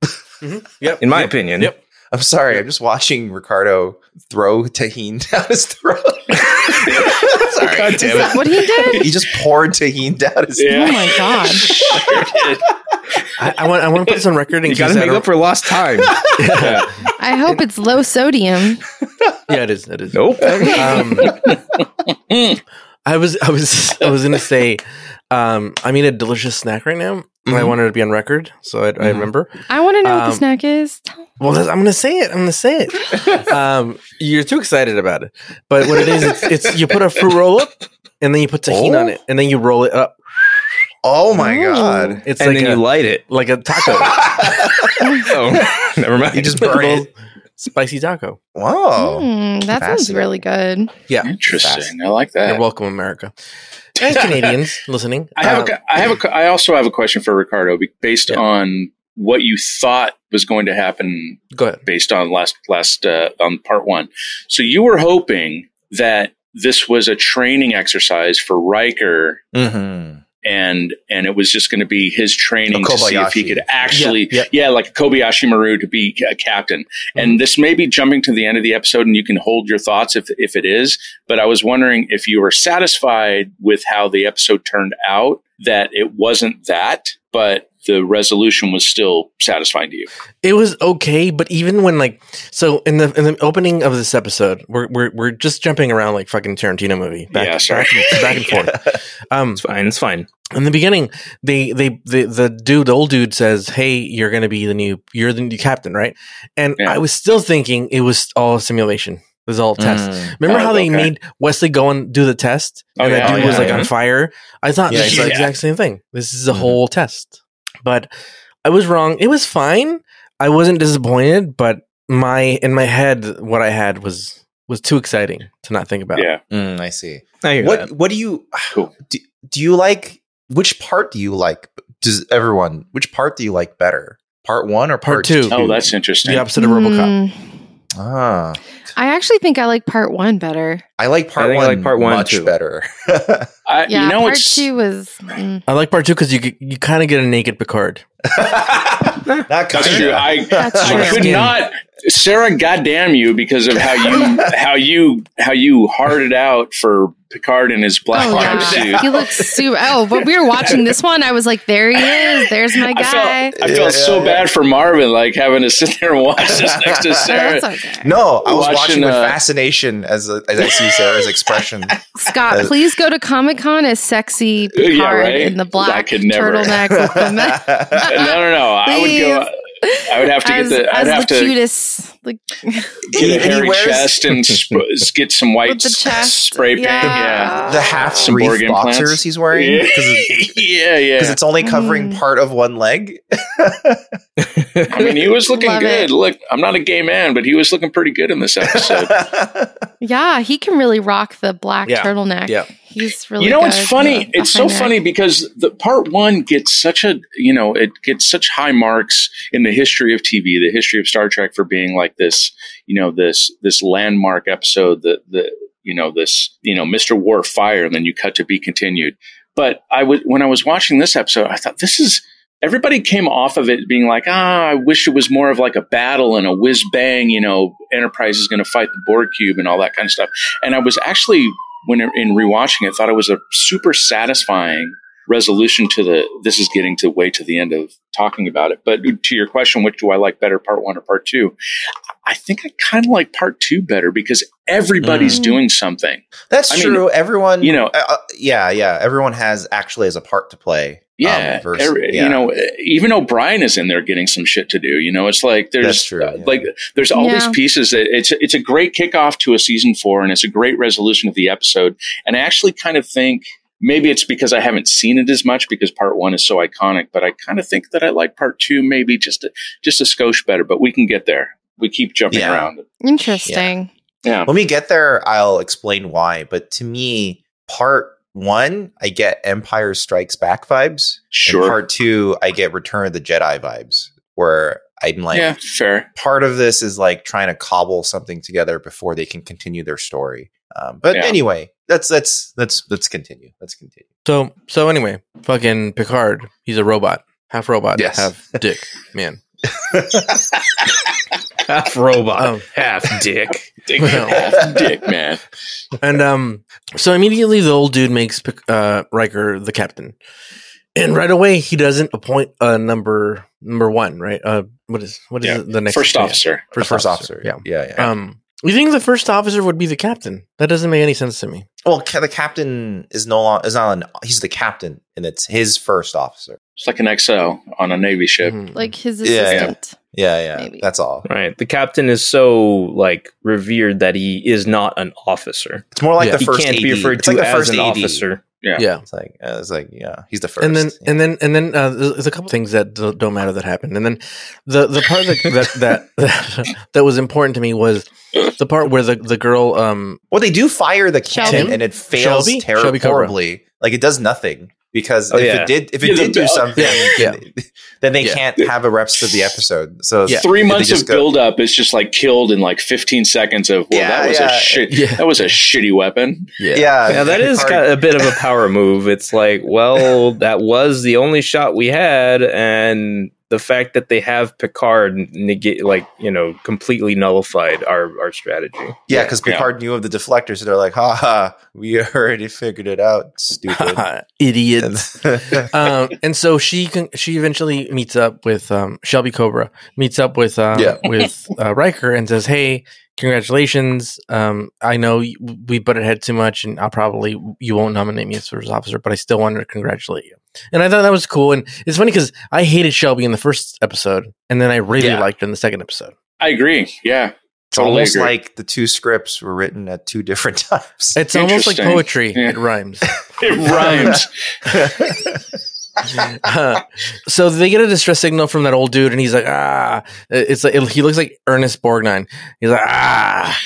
yep. in my opinion. Yep. I'm sorry. I'm just watching Ricardo throw Tahine down his throat. sorry. God Is that what he did? He just poured Tahine down his Yeah. Oh my god! I, I want. I want to put this on record in You case gotta I make don't- up for lost time. I hope it's low sodium. Yeah, it is. It is. nope. Um, I was, I was, I was gonna say, um, I made a delicious snack right now, and I Mm-hmm. Mhm. wanted it to be on record, so I, I Mhm. remember. I want to know what the Um, snack is. Well, that's, I'm gonna say it. I'm gonna say it. um, you're too excited about it, but what it is, it's, it's you put a fruit roll up, and then you put tahini on Oh. it, and then you roll it up. Oh my Mm. Ooh. god. It's and like then a, you light it. like a taco, Oh, never mind. You just burn it. spicy taco. Wow. Mm, that sounds fascinating. really good. Yeah, Interesting. I like that. you're welcome, America, and Canadians listening. I have. Uh, a cu- I have. A, cu- I also have a question for Ricardo be- based Yeah. on what you thought was going to happen go ahead. based on last last uh, on part one. So you were hoping that this was a training exercise for Riker, Mm. Mm-hmm. and and it was just going to be his training A to see if he Kobayashi. could actually, Yeah, yeah, like Kobayashi Maru to be a captain. And this may be jumping to the end of the episode, and you can hold your thoughts if if it is. But I was wondering if you were satisfied with how the episode turned out. That it wasn't that, but the resolution was still satisfying to you. It was okay, but even when like so in the in the opening of this episode, we're we're, we're just jumping around like fucking Tarantino movie, back, Yeah, sorry. back, and- back and forth. Um, It's fine. It's fine. in the beginning, they they the the dude, the old dude says, "Hey, you're going to be the new you're the new captain, right?" And Yeah. I was still thinking it was all a simulation. It was all a test. Remember Oh, how they okay. made Wesley go and do the test, Oh, and yeah, that dude oh, was yeah, like yeah. on fire? I thought Yeah, this is the yeah. Mm-hmm. exact same thing. This is a Mhm. whole test, but I was wrong. It was fine. I wasn't disappointed, but my in my head, what I had was was too exciting to not think about. Yeah. Mm, I see. what? What what do you Cool. do, do you like which part do you like does everyone which part do you like better? Part 1 or Part part, two. Oh, that's interesting. The opposite of Mm, RoboCop. Ah. I actually think I like part one better. I like part I think I 1 like part one, much too. better. I, Yeah, you know, part it's two was. mm, I like part two because you get- you kind of get a naked Picard. Not That's true. I, That's I true. could Skin. not, Sarah. Goddamn you, because of how you, how you, how you hearted out for Picard in his black Oh arm yeah, suit. he looks super. Oh, but we were watching this one. I was like, "There he is. There's my I guy." Oh, felt, I Yeah, felt yeah, so yeah. bad for Marvin, like having to sit there and watch this next to Oh, Sarah. that's okay. No, I was Watching, watching, with uh, fascination as as I see Sarah's expression. Scott, Uh, please go to Comic Con as sexy Yeah, Picard right? in the I black could never. turtleneck with the ma- no, no, no. I would go. I would have to get as, the. I'd as have the to cutest. Like, get And a he hairy wears chest and sp- get some white With the s- chest, spray paint. Yeah. the half Some wreath Borg implants. boxers he's wearing Yeah. because yeah, yeah. it's only covering Mm. part of one leg. I mean, he was looking Love it. good. Look, I'm not a gay man, but he was looking pretty good in this episode. yeah, he can really rock the black Yeah. turtleneck. Yeah. He's really you know, good it's funny. with the It's so high neck. funny because the part one gets such a you know it gets such high marks in the history of TV, the history of Star Trek for being like this, you know, this this landmark episode that the you know this you know Mr. War Fire, and then you cut to be continued. But I was when I was watching this episode, I thought this is everybody came off of it being like, ah, I wish it was more of like a battle and a whiz bang, you know, Enterprise is going to fight the Borg cube and all that kind of stuff. And I was actually when in rewatching it, thought it was a super satisfying resolution to the. This is getting to way to the end of talking about it. But to your question, which do I like better, part one or part two? I think I kind of like part two better because everybody's Mm. doing something. That's I mean, true. everyone, you know- uh, uh, yeah, yeah. Everyone has actually has a part to play. Yeah, um, versus- every- yeah. you know, e, even O'Brien is in there getting some shit to do. You know, it's like there's That's true, uh, yeah. like there's all these Yeah. pieces that it's it's a great kickoff to a season four, and it's a great resolution of the episode. And I actually kind of think maybe it's because I haven't seen it as much because part one is so iconic, but I kind of think that I like part two maybe just a, just a skosh better. But we can get there. We keep jumping Yeah. around. Interesting. Yeah, When we get there, I'll explain why. But to me, part one, I get Empire Strikes Back vibes. sure. And part two, I get Return of the Jedi vibes, where I'm like, yeah, fair. part of this is like trying to cobble something together before they can continue their story. Um, but Yeah. anyway, that's that's that's let's continue. Let's continue. So so anyway, fucking Picard. He's a robot, half robot, Yes. half dick man. half robot, Um, half dick. Dick, Well. half dick man. and um, so immediately the old dude makes Pic- uh, Riker the captain, and right away he doesn't appoint a number number one. Right? Uh, what is what is Yeah. it, the next First yeah, officer. First, officer. Yeah. yeah, yeah. Um, you think the first officer would be the captain? That doesn't make any sense to me. well, ca- the captain is no longer is not an he's the captain, and it's his first officer. It's like an XO on a Navy ship. Mhm. Like his Yeah, yeah. assistant. Yeah, yeah. Maybe. That's all. Right. The captain is so like revered that he is not an officer. It's more like Yeah. the he first. can't AD. be referred It's to like the as first an AD. officer. yeah. It's like uh, it's like yeah, he's the first. And then, Yeah. and then, and then, uh, there's there's a couple things that d- don't matter that happened. And then, the the part that that that, that was important to me was the part where the the girl, um, well, they do fire the Shelby? cannon, and it fails Shelby? terri- Shelby Cobra. horribly. Like it does nothing because Oh, if yeah. it did if it Yeah, the did do bell- something, Yeah. then they Yeah. can't have a rest of the episode. So Yeah. three they months just of go- build up is just like killed in like 15 seconds of well Yeah, that was yeah. a shit Yeah. that was a shitty weapon Yeah, Yeah, that is Picard- kind of a bit of a power move. It's like, well, that was the only shot we had, and the fact that they have Picard negate, like you know, completely nullified our our strategy. yeah, because Yeah. Picard knew of the deflector, so they're like, "Ha ha, we already figured it out, stupid." idiot. And- um, and so she can, she eventually meets up with um, Shelby Cobra, meets up with um, Yeah. with uh, Riker, and says, "Hey, congratulations. Um, I know y- we butted head too much, and I'll probably you won't nominate me as first officer, but I still wanted to congratulate you. And I thought that was cool. And it's funny because I hated Shelby in the first episode, and then I really Yeah. liked her in the second episode. I agree. Yeah. It's Totally almost agree. like the two scripts were written at two different times. It's almost like Interesting. poetry; Yeah. it rhymes. It rhymes. Uh, so they get a distress signal from that old dude, and he's like, ah. It's like he looks like Ernest Borgnine. He's like, ah.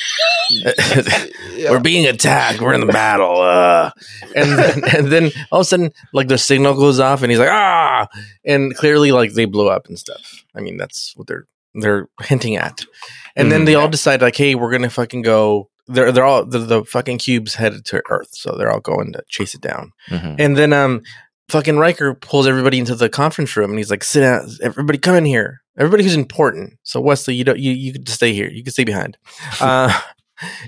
We're being attacked. We're in the battle. Uh. And then, and then all of a sudden, like the signal goes off, and he's like, ah. And clearly, like they blew up and stuff. I mean, that's what they're they're hinting at. And then Mhm. they all decide, like, hey, we're gonna fucking go. They're they're all the, the fucking cubes headed to Earth, so they're all going to chase it down. Mhm. And then um fucking Riker pulls everybody into the conference room and he's like, sit down, everybody come in here. Everybody who's important. So Wesley, you don't you you could just stay here. You can stay behind. Uh,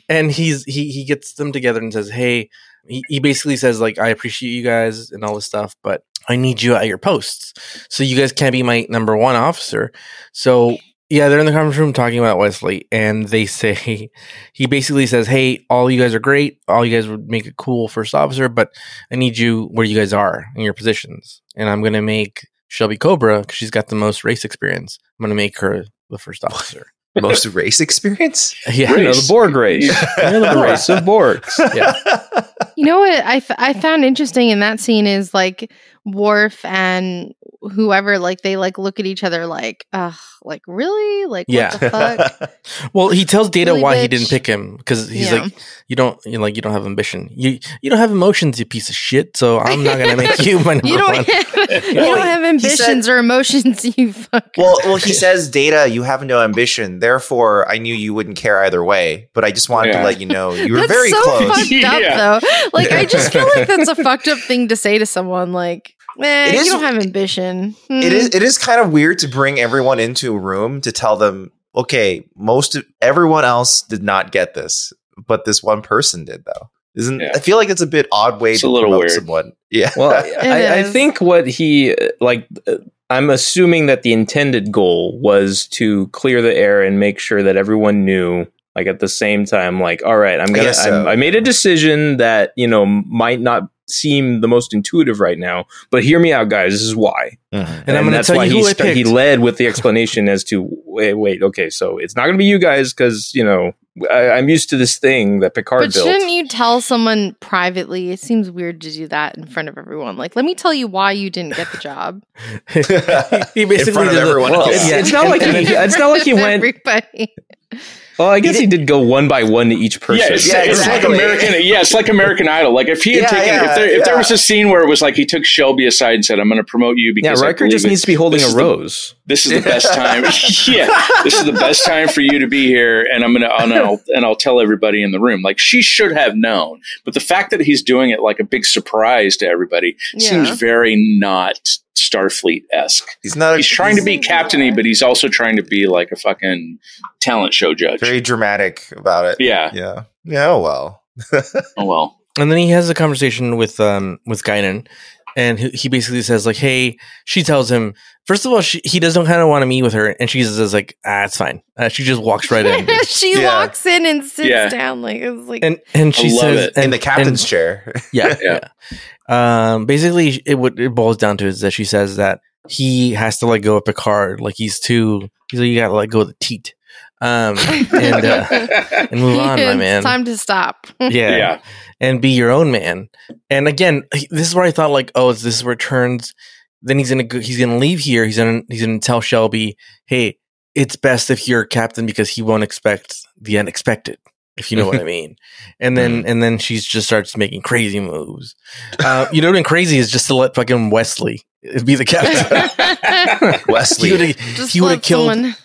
and he's he he gets them together and says, Hey, he, he basically says, like, I appreciate you guys and all this stuff, but I need you at your posts. So you guys can't be my number one officer. So yeah, they're in the conference room talking about Wesley, and they say he basically says, "Hey, all you guys are great. All you guys would make a cool first officer, but I need you where you guys are in your positions, and I'm going to make Shelby Cobra because she's got the most race experience. I'm going to make her the first officer. Most race experience. yeah, You know, Race. the Borg race. You know, the race of Borgs. Yeah. You know what I, f- I found interesting in that scene is like Worf and whoever like they like look at each other like ugh like really like Yeah. what the fuck Well, he tells Data Really, why he bitch. didn't pick him because he's Yeah. like, "You don't, you like, you don't have ambition. You, you don't have emotions, you piece of shit. So I'm not going to make you my number you don't one." have, you Well, don't have he said- ambitions or emotions you fucker Well, well, he says, "Data, you have no ambition. Therefore, I knew you wouldn't care either way. But I just wanted to Yeah. let you know you were that's very so close. fucked Yeah. up though like I just feel like that's a fucked up thing to say to someone like eh, It is- you don't have ambition Hmm. It is. It is kind of weird to bring everyone into a room to tell them, okay, most of, everyone else did not get this, but this one person did though. Isn't Yeah. I feel like it's a bit odd way It's to a little promote weird. someone. Yeah. Well, I, I is. think what he uh, like. uh, I'm assuming that the intended goal was to clear the air and make sure that everyone knew. Like at the same time, like, all right, I'm gonna. guess I'm, so. I made a decision that you know might not seem the most intuitive right now, but hear me out, guys. This is why, And, I'm going to that's tell why you he who I sta- he picked. led with the explanation as to wait, wait, okay, so it's not gonna be you guys because you know I, I'm used to this thing that Picard But built. shouldn't you tell someone privately? It seems weird to do that in front of everyone. Like, let me tell you why you didn't get the job. he in front of did the- everyone Well, else. it's- Yeah. it's not like he. It's not like he went. Everybody. Well, I guess he did go one by one to each person. Yeah, it's, Yeah, it's exactly. like American. Yeah, it's like American Idol. Like if he had Yeah, taken, yeah, if, there, if there yeah. was a scene where it was like he took Shelby aside and said, "I'm going to promote you yeah, because I Riker believe just it. needs to be holding This a is the- rose. This is the best time. yeah, this is the best time for you to be here, and I'm gonna and I'll, and I'll tell everybody in the room. Like she should have known, but the fact that he's doing it like a big surprise to everybody Yeah. seems very not Starfleet esque. he's not. A, He's trying to be He's- captainy, but he's also trying to be like a fucking talent show judge. very dramatic about it. yeah. Yeah. Yeah. Oh well. Oh well. and then he has a conversation with um with Guinan, and he, he basically says like, "Hey," she tells him. First of all, she, he doesn't kind of want to meet with her, and she says like, "Ah, it's fine." Uh, she just walks right in, she Yeah. walks in and sits Yeah. down. Like, it's like, and and she I love says, it. And, in the captain's chair. and- yeah, Yeah. yeah. Um, basically, it what it boils down to is that she says that he has to let go of Picard, like he's too. He's like, you got to let go of the teat, um, and uh, and move on, my it's man. time to stop. yeah, yeah. and be your own man. And again, he- this is where I thought like, oh, is this returns? Then he's gonna go, he's gonna leave here. He's gonna he's gonna tell Shelby, hey, it's best if you're captain because he won't expect the unexpected, if you know what I mean. And then Mm. and then she just starts making crazy moves. Uh, you know what? Crazy is just to let fucking Wesley be the captain. Wesley. He would've- Just he would have let killed. someone-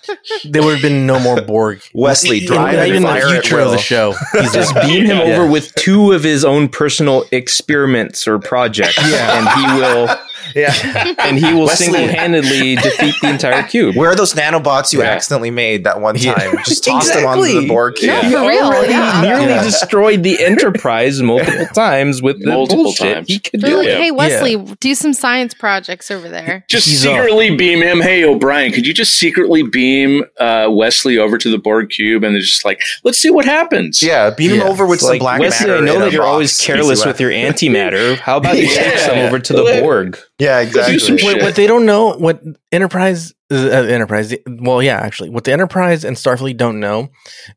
There would have been no more Borg. Wesley, In- drive not and even fire the at future of the will. show. He's Just just beam him Yeah. over with two of his own personal experiments or projects, Yeah. and he will Yeah. and he will Wesley. single handedly defeat the entire cube. Where are those nanobots you Yeah. accidentally made that one Yeah. time? Just toss them onto the Exactly. Borg cube. Yeah. No, for real. already yeah. nearly Yeah. destroyed the Enterprise multiple times with the Multiple bullshit. times. He could They're do like, it. Yeah. hey, Wesley, do some science projects over there. Just He's secretly beam him. Hey, O'Brien, could you just secretly beam uh, Wesley over to the Borg cube? And they're just like, let's see what happens. Yeah, beam Yeah. him over with It's some black Wesley, matter. I know in a that you're box. always Easy careless way. with your antimatter. How about you take Yeah. some over to the Borg? Yeah, Do some exactly. shit. What they don't know, what Enterprise, uh, Enterprise, the- well, yeah, actually, what the Enterprise and Starfleet don't know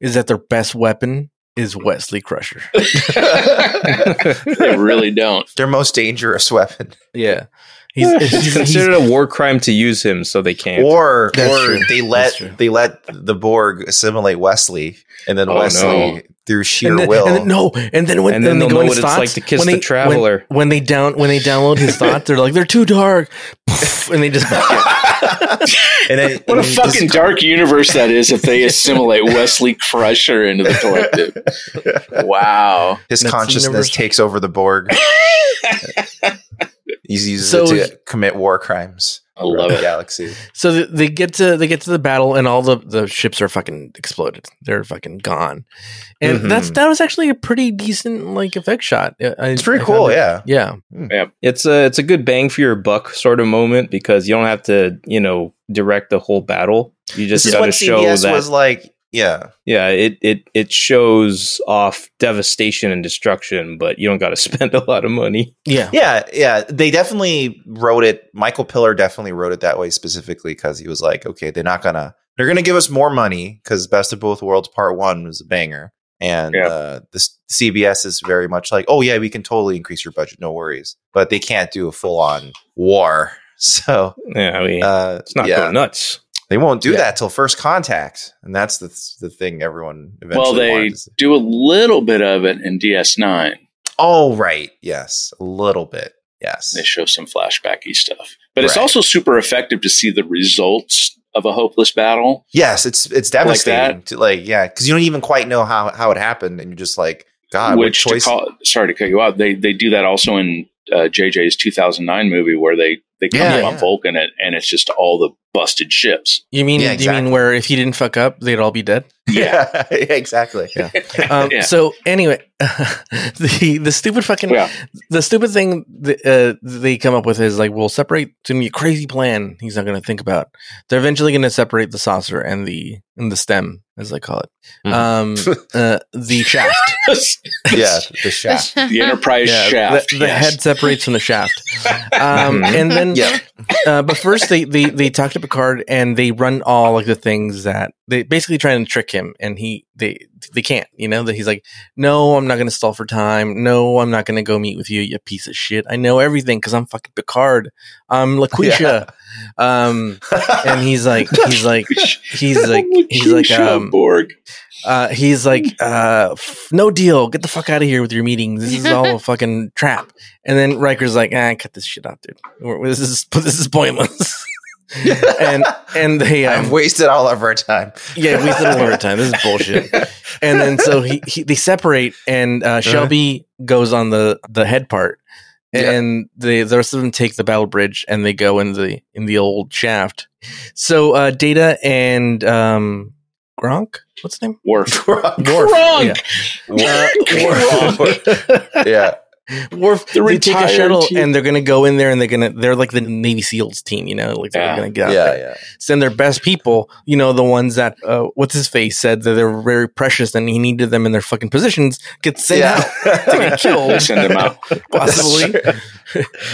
is that their best weapon is Wesley Crusher. they really don't. Their most dangerous weapon, Yeah, he's, he's, It's he's- considered a war crime to use him, so they can't. or That's or true. they That's true. let they let the Borg assimilate Wesley, and then Oh, Wesley no. through sheer and then, will. and then- no, and then when And then then they they'll go know in what it's thoughts, like to kiss when the they- when- traveler. When, they down when they download his thoughts, they're like they're too dark, Poof, and they just And then- What and a then fucking dark universe that is if they assimilate Wesley Crusher into the collective. Wow. His That's the consciousness universe. takes over the Borg. He's uses So- it to commit war crimes. I love around the it. galaxy. So th- they get to they get to the battle, and all the the ships are fucking exploded. They're fucking gone, and Mhm. that's that was actually a pretty decent like effect shot. It's pretty cool, yeah. Yeah, It's a it's a good bang for your buck sort of moment because you don't have to you know direct the whole battle. You This just is got what to show CBS that was like. Yeah, yeah it it it shows off devastation and destruction, but you don't got to spend a lot of money. yeah. yeah, yeah. They definitely wrote it. Michael Pillar definitely wrote it that way specifically because he was like, okay, they're not gonna, they're gonna give us more money because Best of Both Worlds Part One was a banger, and Yeah. uh, this CBS is very much like, oh yeah, we can totally increase your budget, no worries, but they can't do a full on war. So Yeah, I mean, uh, it's not yeah. going nuts. They won't do Yeah. that till first contact, and that's the the thing everyone eventually. Well, they wanted to see. do a little bit of it in DS9. Oh, right. Yes, a little bit. Yes. They show some flashbacky stuff. But it's Right. also super effective to see the results of a hopeless battle. Yes, it's it's devastating. that? to, like yeah, because you don't even quite know how how it happened, and you're just like, God, what which to Ah, choice? call, sorry to cut you out. They they do that also in uh, JJ's 2009 movie where they they come Yeah, up on yeah. Vulcan and, and it's just all the busted ships. You mean Yeah, you exactly. mean where if he didn't fuck up, they'd all be dead. yeah, exactly. Yeah. Um, Yeah. So anyway, the the stupid fucking Yeah. the stupid thing that, uh, they come up with is like we'll separate to me a crazy plan. He's not going to think about. They're eventually going to separate the saucer and the and the stem, as I call it, Mhm. Mm-hmm. um, uh, the shaft. the shaft. the Enterprise shaft. The, the yes. Mm-hmm. head separates from the shaft. Um, Mhm. and then, Yeah. uh, but first they, they, they talk to Picard and they run all like the things that they basically try and trick him and he, they, they can't, you know, that he's like, no, I'm not going to stall for time. No, I'm not going to go meet with you. You piece of shit. I know everything. Cause I'm fucking Picard. I'm LaQuisha. Um, and he's like, he's like, he's like, he's like, um, Borg. uh, he's like, uh, f- no deal. Get the fuck out of here with your meetings. This is all a fucking trap. And then Riker's like, ah, cut this shit out, dude. We're- This is this is pointless. and and they I've um, wasted all of our time. yeah, we still over time. This is bullshit. And then so he, he they separate, and uh, Shelby goes on the the head part, Yeah. and the the rest of them take the battle bridge, and they go in the in the old shaft. So uh, Data and um, Gronk, what's his name? Worf. Worf. Wrong. Yeah. Uh, Worf. yeah. Worf, The they take a retired shuttle team. and they're gonna go in there and they're gonna they're like the Navy SEALs team, you know, like they're Yeah. gonna Yeah. get out there. Yeah. send their best people, you know, the ones that uh, what's his face said that they're very precious and he needed them in their fucking positions get sent out to Yeah. get killed Send them out. possibly.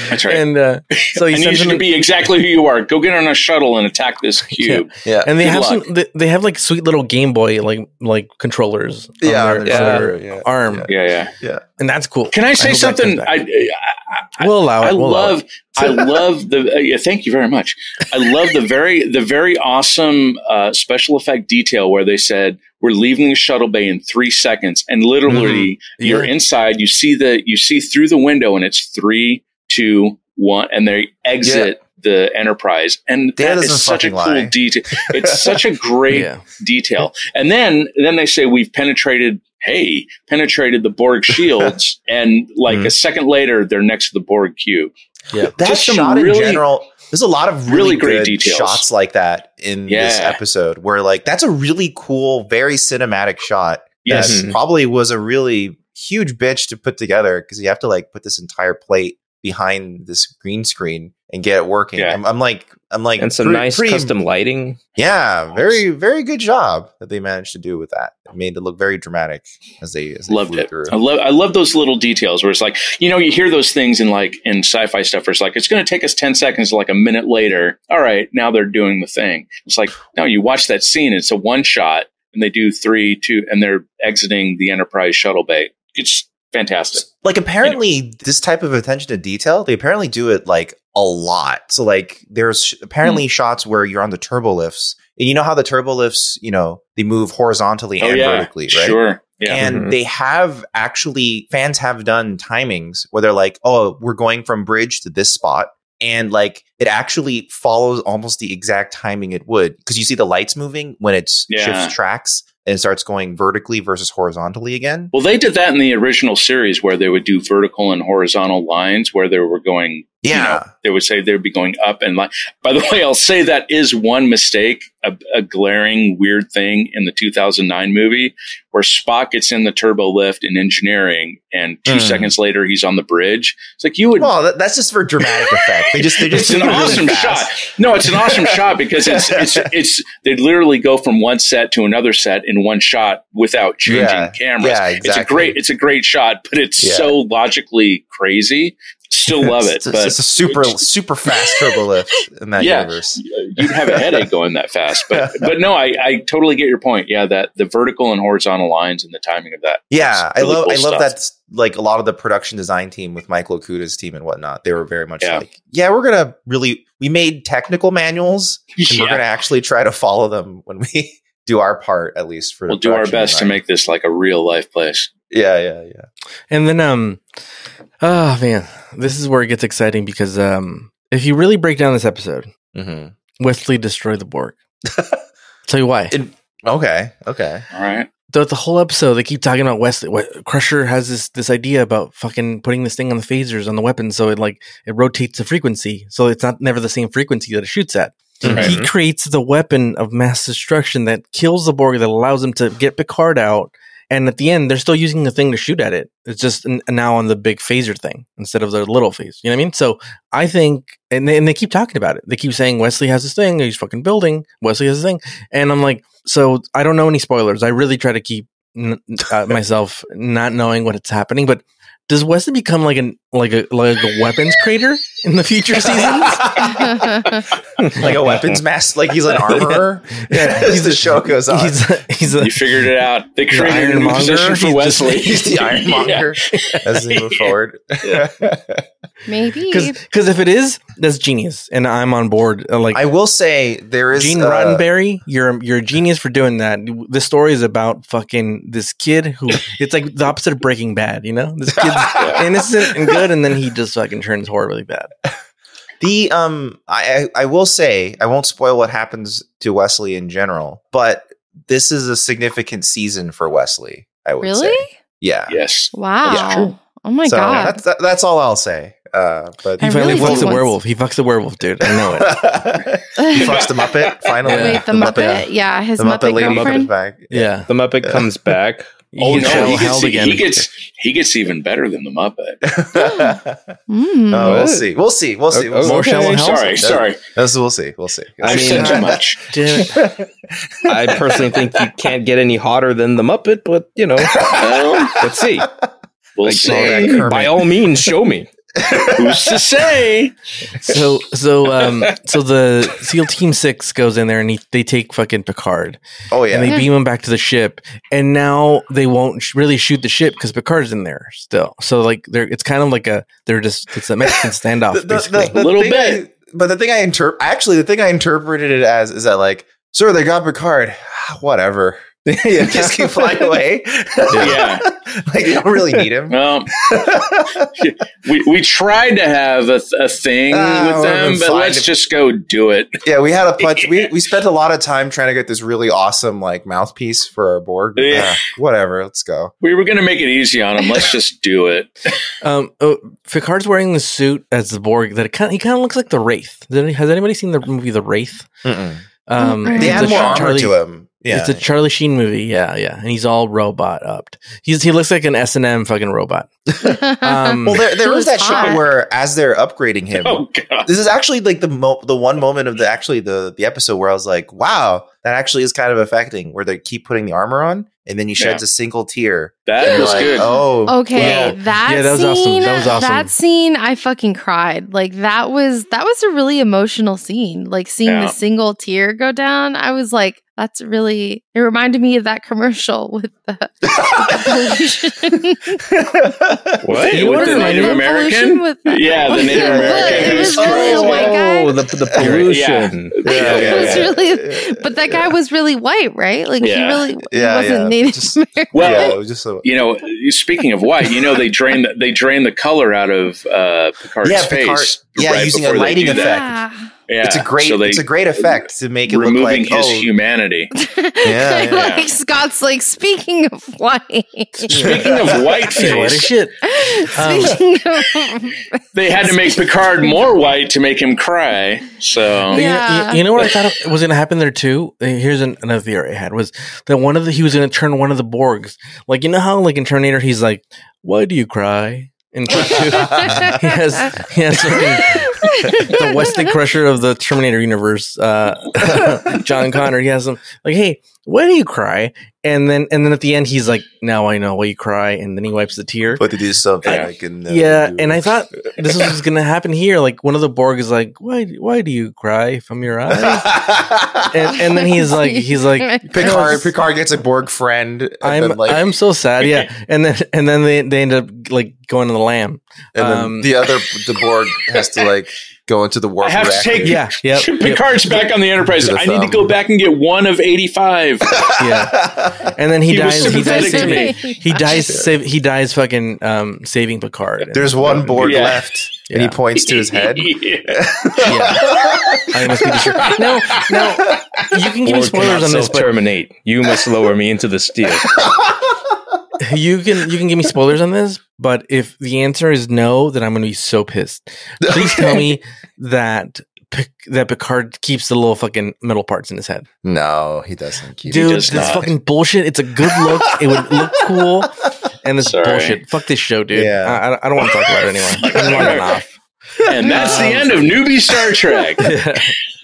That's right. and uh, so he I need sends you them. to be exactly who you are. Go get on a shuttle and attack this cube. yeah. and they Good have luck. some, they, they have like sweet little Game Boy like like controllers on Yeah, their, yeah, their yeah. arm, Yeah, yeah. and that's cool. Can I say hope that something? comes I, back. I, I, we'll allow it. I we'll allow love, it. I love the. Uh, yeah, thank you very much. I love the very, the very awesome uh, special effect detail where they said we're leaving the shuttle bay in three seconds, and literally you're Mm-hmm. Yeah. inside. You see the, you see through the window, and it's three, two, one, and they exit the Enterprise. And Data that doesn't is such a cool fucking lie. detail. It's such a great Yeah. detail. And then then they say we've penetrated hey, Mm-hmm. penetrated the Borg shields and like a second later they're next to the Borg cube. Yeah. That Just some shot in really- general. There's a lot of really, really great good details. shots like that in this Yeah. episode where like that's a really cool, very cinematic shot. Yes. Mm-hmm. That probably was a really huge bitch to put together because you have to like put this entire plate behind this green screen and get it working. Yeah. I'm, I'm like I'm like and some pre- nice pretty- custom lighting. Yeah, very very good job that they managed to do with that. It made it look very dramatic as they as they Loved flew it. through. I love I love those little details where it's like, you know, you hear those things in like in sci-fi stuff where it's like, it's gonna take us ten seconds, like a minute later. All right, now they're doing the thing. It's like, no, you watch that scene, it's a one shot, and they do three, two, and they're exiting the Enterprise shuttle bay. It's fantastic. like apparently this type of attention to detail they apparently do it like a lot so like there's sh- apparently shots where you're on the turbo lifts and you know how the turbo lifts you know they move horizontally and vertically right Oh, Sure. Yeah. Mm-hmm. and Mhm. they have actually fans have done timings where they're like oh we're going from bridge to this spot and like it actually follows almost the exact timing it would because you see the lights moving when it Yeah. shifts tracks and it starts going vertically versus horizontally again Well, they did that in the original series where they would do vertical and horizontal lines where they were going. you yeah know, they would say they'd be going up and line. By the way, I'll say that is one mistake, a, a glaring weird thing in the 2009 movie where Spock gets in the turbo lift in engineering, and two Mm. seconds later he's on the bridge. It's like you would. Well, that, that's just for dramatic effect. They just they just it's an do it really awesome shot. fast. No, it's an awesome shot because it's it's it's they literally go from one set to another set in one shot without changing Yeah. cameras. Yeah, exactly. It's a great it's a great shot, but it's Yeah. so logically crazy. Still love it, It's, it's, but it's a super super fast turbo lift in that Yeah. universe. you'd have a headache going that fast. But but no, I, I totally get your point. Yeah, that the vertical and horizontal lines and the timing of that. Yeah, It's really I love cool I love stuff. that. Like a lot of the production design team with Michael Okuda's team and whatnot, they were very much Yeah. like, yeah, we're gonna really we made technical manuals and we're Yeah. gonna actually try to follow them when we do our part at least for the We'll do our production best to design. make this like a real life place. yeah yeah yeah And then um oh man, this is where it gets exciting because um if you really break down this episode, Mhm. Wesley destroyed the Borg. Tell you why. It- okay okay All right. Throughout the whole episode, they keep talking about Wesley. What, Crusher has this this idea about fucking putting this thing on the phasers on the weapon, so it like it rotates the frequency, so it's not never the same frequency that it shoots at. Mhm. He creates the weapon of mass destruction that kills the Borg, that allows them to get Picard out. And at the end, they're still using the thing to shoot at it. It's just n- now on the big phaser thing instead of the little phase. You know what I mean? So I think, and they, and they keep talking about it. They keep saying Wesley has this thing. He's fucking building. Wesley has this thing. And I'm like, so I don't know any spoilers. I really try to keep n- uh, myself not knowing what it's happening. But does Wesley become like an like a like a weapons creator in the future seasons? like a weapons master like he's an armorer Yeah, as the show goes on He's a, he's a, You figured it out. They He's created a new Ironmonger. position for He's Wesley. He's the Ironmonger as they move forward. Maybe. because if it is, that's genius, and I'm on board. Uh, Like I will say there is Gene uh, Roddenberry, you're you're a genius for doing that. This story is about fucking this kid who it's like the opposite of Breaking Bad, you know? This kid's innocent and good, and then he just fucking turns horribly bad. The um, I I I will say I won't spoil what happens to Wesley in general, but this is a significant season for Wesley. I would really? say, yeah. Yes. Wow. That's true. Oh my so god. that's that, that's all I'll say. Uh, but He I finally really do fucks a want- werewolf. He fucks a werewolf, dude. I know it. he fucks the Muppet finally. Yeah. Wait, the, Muppet? Yeah, his the Muppet, Muppet lady girlfriend. comes back. Yeah. The Muppet comes back. Oh He gets no, he gets, held again. he gets he gets even better than the Muppet. Mm. Oh, we'll What? see. We'll see. We'll see. We'll see. More shallow hell? Sorry, sorry. That's, we'll see. We'll see. I mean- said too much. Damn it. I personally think you can't get any hotter than the Muppet, but you know, Well, let's see. we'll Like, that see. Kermit. By all means, show me. Who's to say? so so um so the SEAL Team Six goes in there and he, they take fucking Picard. oh yeah. and they Yeah. beam him back to the ship. And now they won't sh- really shoot the ship because Picard's in there still. So like they're it's kind of like a they're just it's a Mexican standoff The- the- basically. the- the Little thing I- but the thing I interpret actually the thing I interpreted it as is that like, sir, they got Picard. Whatever. yeah. Just keep flying away. Yeah. like you don't really need him. Well, we, we tried to have a, th- a thing Ah, with would've them, been but fine let's if- just go do it. yeah, we had a bunch. We, we spent a lot of time trying to get this really awesome like mouthpiece for our Borg. Yeah. Ah, whatever, let's go. We were going to make it easy on them. Let's just do it. Um, oh, Picard's wearing the suit as the Borg that it kind of, he kind of looks like the Wraith. Does any- Has anybody seen the movie The Wraith? Um, Mm-mm. They It's add a more armor Charlie- to him. Yeah, It's a Charlie Sheen movie. Yeah, yeah, and he's all robot upped. He's he looks like an S and M fucking robot. Um, well, there there He is was that shot hot. where as they're upgrading him, Oh, God. this is actually like the mo- the one moment of the actually the the episode where I was like, wow, that actually is kind of affecting where they keep putting the armor on and then he sheds a single tear. That And was you're like, good. Oh, Okay, that, Yeah, that was scene, awesome. That That was awesome. scene, I fucking cried. Like that was that was a really emotional scene. Like seeing Yeah. the single tear go down, I was like, that's really. It reminded me of that commercial with the, pollution. What? You With were the right. Native The American? With Yeah, the Native Yeah, American It who's was really a crazy. white guy. Oh, the, the pollution. Yeah, It yeah, was yeah. really- but that guy was really white, right? Like he Yeah. really Yeah, wasn't yeah. Native Just- American. Well, yeah, it was just so. you know, speaking of white, you know they drain the, they drain the color out of uh, Picard's Yeah, Picard- face. yeah, using a before they lighting do that. effect. Yeah. Yeah, It's a great So they- it's a great effect to make it look removing like his oh, humanity. Yeah, And, yeah. like Scott's like speaking of white. Speaking of white yeah, what a face, shit. Um, speaking of they had to make Picard more white to make him cry. So Oh, You- you- Yeah. You, know what I thought it was going to happen there too. Uh, Here's an, another theory I had was that one of the he was going to turn one of the Borgs. Like you know how like in Terminator he's like, "Why do you cry?" In Part Two, he has he has fucking the Wesley Crusher of the Terminator universe, uh, John Connor. He has him like, "Hey, why do you cry?" And then and then at the end he's like, "Now I know why you cry." And then he wipes the tear. but to do something Yeah. I can never Yeah, do. and I thought this was going to happen here. Like one of the Borg is like, "Why? Why do you cry from your eyes?" and, and then he's like he's like Picard Picard gets a Borg friend. And I'm then like, I'm so sad, yeah. And then and then they, they end up like going to the lamb. and then um, the other the Borg has to like go into the warp. I have to reactor. take- Yeah, yeah, yeah, Picard's back on the Enterprise. To the I need to thumb. go back and get one of eighty-five. yeah. And then he, He was dies. He dies sympathetic to saving. me. He dies. Save, he dies. Fucking um, saving Picard. There's one Borg Yeah. left, and he Yeah. points to his head. Yeah. Yeah. I must be sure. No, no. You can give me spoilers on this, but terminate. You must lower me into the steel. you can you can give me spoilers on this. But if the answer is no, then I'm going to be so pissed. Please tell me that Pic- that Picard keeps the little fucking metal parts in his head. No, he doesn't. Keep Dude, does this not. fucking bullshit. It's a good look. it would look cool. And this Sorry. bullshit. Fuck this show, dude. Yeah. I, I- I don't want to talk about it anymore. I'm logging off. And that's the Um, end of newbie Star Trek. By the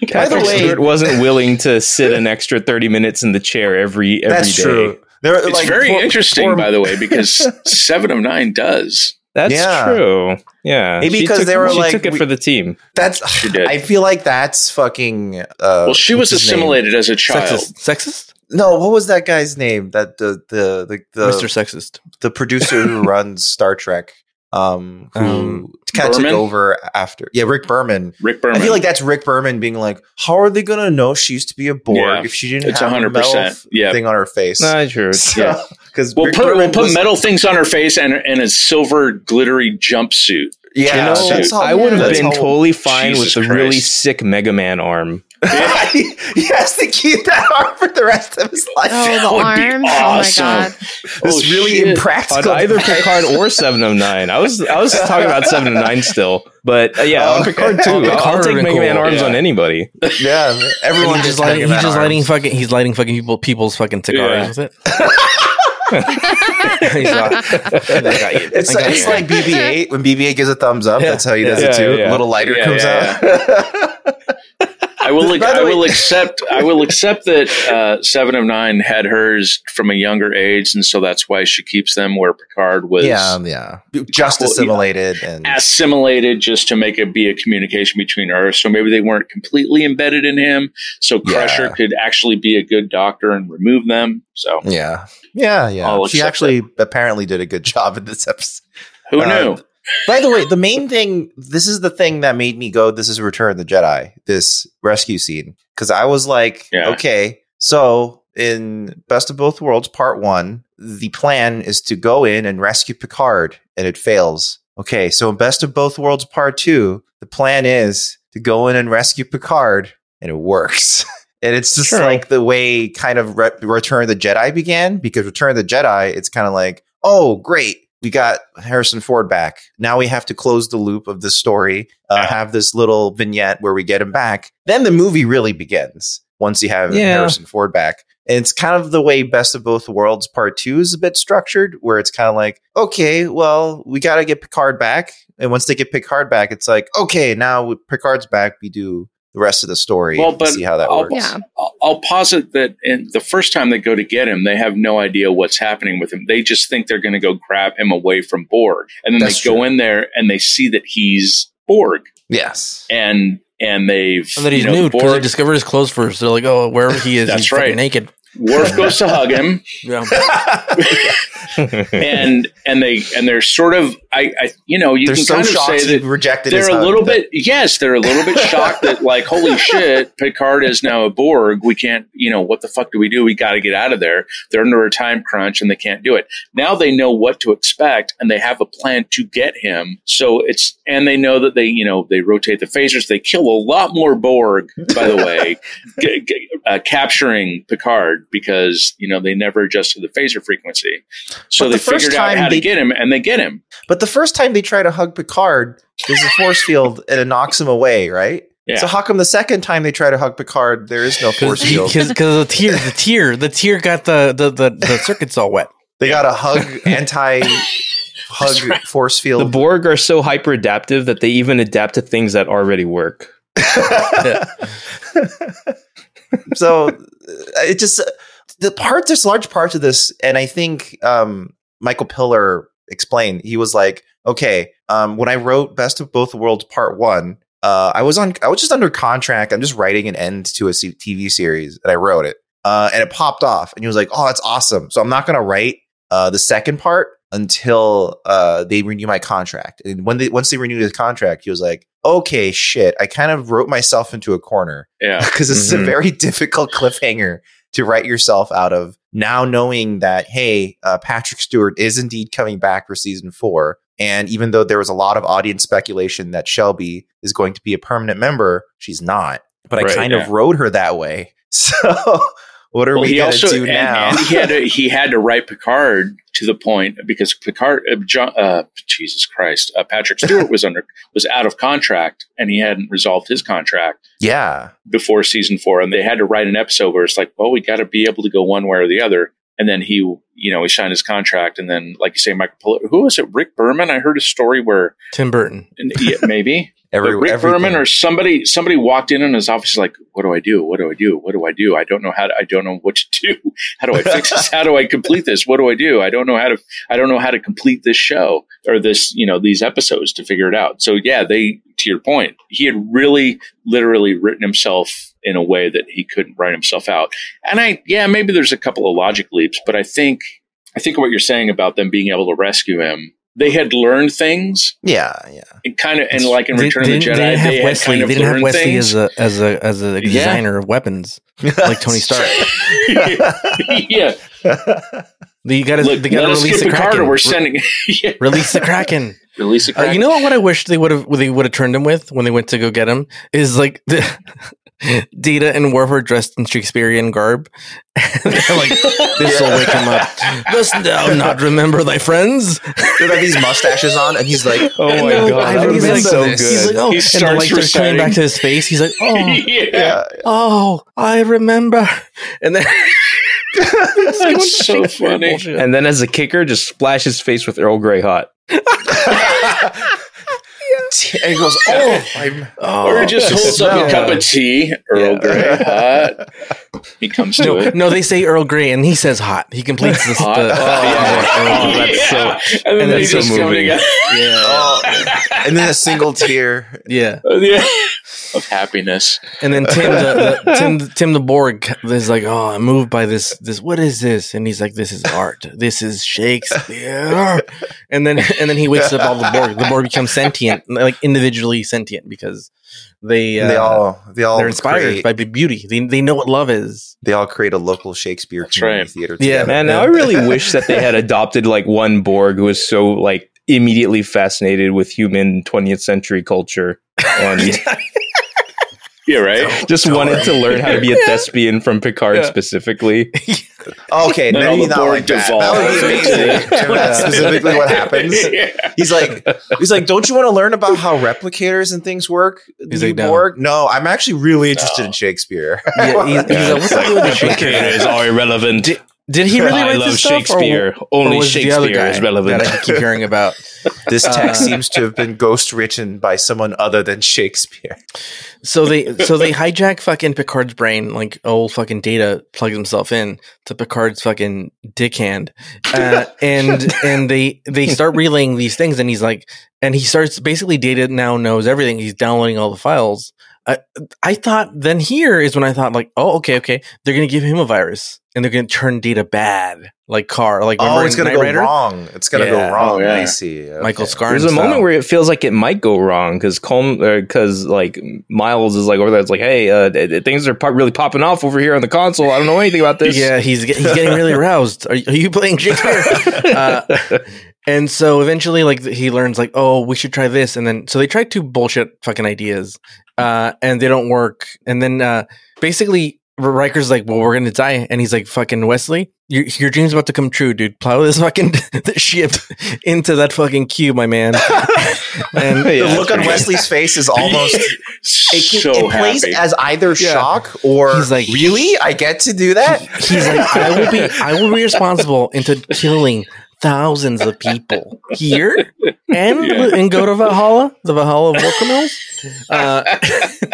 Patrick way- Stewart wasn't willing to sit an extra thirty minutes in the chair every every day. That's true. There, It's like, very poor- interesting, poor- by the way, because Seven of Nine does. That's Yeah. true. Yeah, Maybe She 'cause took- they were she like, took it we- for the team. That's. She did. I feel like that's fucking. Uh, well, she was what's his name? assimilated as a child. Sexist. Sexist? No, what was that guy's name? That the the the the, Mr. Sexist. the producer who runs Star Trek, um, who Um, kind of took Berman? over after. Yeah, Rick Berman. Rick Berman. I feel like that's Rick Berman being like, "How are they gonna know she used to be a Borg Yeah. if she didn't it's have a hundred metal percent. Yeah. thing on her face?" Not true. So- because We'll Rick put Berman we'll put was- metal things on her face and and a silver glittery jumpsuit. Yeah, You know, that's how- I would have that's been how- totally fine Jesus with the really Christ. sick Mega Man arm. he has to keep that arm for the rest of his life. Oh, the would be arm! awesome. Oh my god! this oh, really shit. on impractical. either Picard or Seven of Nine. I was I was talking about Seven of Nine still, but uh, yeah, on Oh, Okay. Picard too. On I'll- Picard I'll take would've been Mega Man cool. arms Yeah. on anybody. yeah, And everyone he's just lighting, he's just lighting fucking he's lighting fucking people people's fucking Yeah. cigars with it. he's like, I got you. It's, I got it's you. like BB-8 when BB-8 gives a thumbs up. Yeah. That's how he does Yeah, it too. yeah. A little lighter Yeah, comes yeah, out. I will By the I way- will accept I will accept that uh, Seven of Nine had hers from a younger age, and so that's why she keeps them where Picard was yeah, um, yeah. Just Well, yeah. assimilated and assimilated just to make it be a communication between her. So maybe they weren't completely embedded in him. So Crusher Yeah. could actually be a good doctor and remove them. So yeah, yeah, yeah. I'll she accept actually apparently did a good job in this episode. who Uh, knew? By the way, the main thing, this is the thing that made me go, this is Return of the Jedi, this rescue scene. Cause I was like, Yeah. okay, so in Best of Both Worlds Part 1, the plan is to go in and rescue Picard, and it fails. Okay, so in Best of Both Worlds Part 2, the plan is to go in and rescue Picard, and it works. and it's just Sure. like the way kind of Re- Return of the Jedi began, because Return of the Jedi, it's kind of like, oh, great. We got Harrison Ford back. Now we have to close the loop of the story, uh, Yeah. have this little vignette where we get him back. Then the movie really begins once you have Yeah. Harrison Ford back. And it's kind of the way Best of Both Worlds Part 2 is a bit structured, where it's kind of like, okay, well, we got to get Picard back. And once they get Picard back, it's like, okay, now with Picard's back, we do the rest of the story. Well, and but see how that I'll- works. Yeah. I'll, I'll posit that in the first time they go to get him, they have no idea what's happening with him. They just think they're going to go grab him away from Borg, and then That's they true. go in there and they see that he's Borg, Yes. and and they've And then he's you know, nude because they Borg. discovered his clothes first. They're like, oh, wherever he is, That's he's fucking right. naked. Worf goes to hug him, Yeah. and and they and they're sort of I, I you know you They're can so kind of shocked say he that rejected his they're a hug little that- bit yes they're a little bit shocked that like holy shit picard is now a borg we can't you know what the fuck do we do we got to get out of there they're under a time crunch and they can't do it now they know what to expect and they have a plan to get him so it's and they know that they you know they rotate the phasers they kill a lot more borg by the way g- g- uh, capturing picard because you know they never adjusted the phaser frequency so But they the first figured out time how they- to get him and they get him But the first time they try to hug Picard, there's a force field and it knocks him away, right? Yeah. So how come the second time they try to hug Picard, there is no force field? Because the tear, the tear, the tear got the the, the, the circuits all wet. They got a hug anti hug force The field. Borg are so hyper adaptive that they even adapt to things that already work. so uh, it just uh, the part there's large parts of this, and I think um, Michael Pillar explained he was like, okay, um, when I wrote Best of Both Worlds Part One, uh, I was on I was just under contract. I'm just writing an end to a se- TV series, and I wrote it, uh, and it popped off, and he was like, oh, that's awesome. So I'm not gonna write uh, the second part until uh, they renew my contract. And when they once they renewed his contract, he was like, okay, shit, I kind of wrote myself into a corner yeah because this is a Mm-hmm. Mhm. very difficult cliffhanger to write yourself out of now knowing that hey uh, patrick stewart is indeed coming back for season four and even though there was a lot of audience speculation that shelby is going to be a permanent member she's not but i Right, kind of yeah. wrote her that way so what are Well, we he going to also- do and- now and he had to he had to write Picard to the point because Picard, uh, John, uh, Jesus Christ, uh, Patrick Stewart was under was out of contract and he hadn't resolved his contract yeah before season four, and they had to write an episode where it's like, well, we got to be able to go one way or the other. And then he, you know, he signed his contract, and then, like you say, Michael, Pilla- who was it? Rick Berman. I heard a story where Tim Burton. and- yeah, maybe every, but Rick everything. Berman or somebody somebody walked in and his office is like, "What do I do? What do I do? What do I do? I don't know how. To, I don't know what to do. How do I fix this? How do I complete this? What do I do? I don't know how to. I don't know how to complete this show or this. You know these episodes to figure it out. So yeah, they to your point, he had really literally written himself in a way that he couldn't write himself out. And I yeah, maybe there's a couple of logic leaps, but I think I think what you're saying about them being able to rescue him. They had learned things yeah yeah and kind of and like in Return of the Jedi, didn't- they they, didn't have had Wesley. kind of they didn't have learned Wesley things. as a as a as a Yeah. designer of weapons like Tony Stark. yeah, They got to look, they got let to us release get the Picard, Kraken. or we're Re- sending. yeah, release the Kraken. release the Uh, Kraken. you know what I wish they would have they would have turned him with when they went to go get him is like the, Data and Worf are dressed in Shakespearean garb. They're like this will wake him up. Dost thou not remember thy friends? Oh they have these mustaches on and he's like Oh my no, god, I that would have been remember so this. He's good. like, oh, He and the starts lights are coming reciting. back to his face. He's like, oh, yeah, yeah oh, I remember. And then It's going That's so Shakespeare funny. bullshit. And then as a kicker, just splash his face with Earl Grey hot. and he goes oh i'm Oh. or just holds up a No. cup of tea, Earl Grey hot. He comes to No, it. no, they say Earl Grey, and he says hot. He completes this. Hot. the- Oh, yeah. Earl Grey. that's so- and then and they that's so just come moving. together. oh. and then a single tear yeah. Oh, yeah. of happiness. And then Tim, the, the, Tim, Tim the Borg is like, "Oh, I'm moved by this. This, what is this?" And he's like, "This is art. This is Shakespeare." And then, and then he wakes up all the Borg. The Borg becomes sentient. And like individually sentient because they uh, they all they all they're inspired create- by by beauty. They they know what love is. they all create a local Shakespeare That's community right. theater. Yeah, together. man, And now I really wish that they had adopted like one Borg who was so like immediately fascinated with human 20th century culture and Yeah, right. just wanted to learn how to be a Yeah. thespian from Picard Yeah. specifically. Okay, Then all maybe the not Borg like that. devolve. That would be amazing. if That's specifically what happens. Yeah. He's like, he's like, don't you want to learn about how replicators and things work? He's you like, no. Borg? No, I'm actually really interested in Shakespeare. Yeah, he's, he's Yeah, like, what's it's like, up with the Shakespeare? replicators are irrelevant. Did he really write this stuff, or- Or, was it the other guy that I keep hearing about? this text Uh, seems to have been ghost written by someone other than Shakespeare. So they so they hijack fucking Picard's brain, like old fucking data plugs himself in to Picard's fucking dick hand, uh, and and they they start relaying these things, and he's like, and he starts basically data now knows everything. He's downloading all the files. I I thought then here is when I thought like, oh okay okay, they're gonna give him a virus and they're gonna turn data bad, like car, like remember oh, it's in gonna Knight go Rider? wrong. It's gonna Yeah. go wrong. Oh, yeah. I see. Okay. Michael Scarn. There's a style. moment where it feels like it might go wrong because Colm because like Miles is like over there. It's like, hey, uh, th- th- things are po- really popping off over here on the console. I don't know anything about this. Yeah, he's get- he's getting really aroused. Are, you- are you playing Shakespeare? uh, and so eventually, like he learns, like, oh, we should try this, and then so they try two bullshit fucking ideas, uh, and they don't work. And then uh, basically, Riker's like, well, we're gonna die, and he's like, fucking Wesley, your your dream's about to come true, dude. Plow this fucking this ship into that fucking cube, my man. and Yeah, the that's look on pretty Wesley's face is almost it, can- so it plays happy. as either shock or He's like- really I get to do that. He's like, I will be, I will be responsible into killing thousands of people here and Yeah. and go to Valhalla, the Valhalla of Volca Mills. Uh,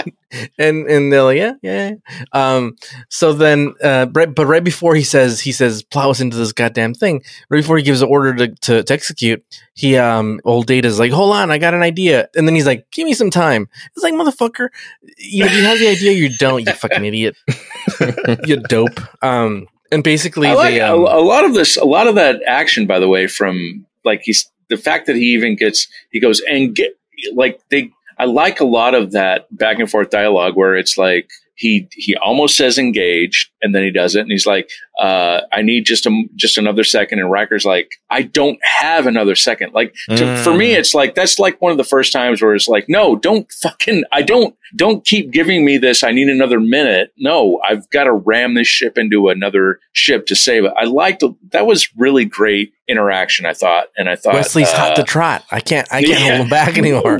and and they're like, yeah, yeah. yeah. Um, so then, uh, right, but right before he says, he says, plow us into this goddamn thing. Right before he gives the order to, to, to execute, he um, old Data's like, hold on, I got an idea, and then he's like, give me some time. It's like, motherfucker, you, you have the idea, you don't, you fucking idiot, you dope. Um, and basically, I like they, a, um, a lot of this, a lot of that action, by the way, from like he's the fact that he even gets he goes and get like they. I like a lot of that back and forth dialogue where it's like he he almost says engaged and then he does it and he's like uh, I need just a just another second and Riker's like I don't have another second like to, for Mm. me it's like that's like one of the first times where it's like no don't fucking I don't don't keep giving me this I need another minute no I've got to ram this ship into another ship to save it I liked that was really great interaction I thought and I thought Wesley's hot uh, to trot. I can't. I can't yeah. hold him back anymore.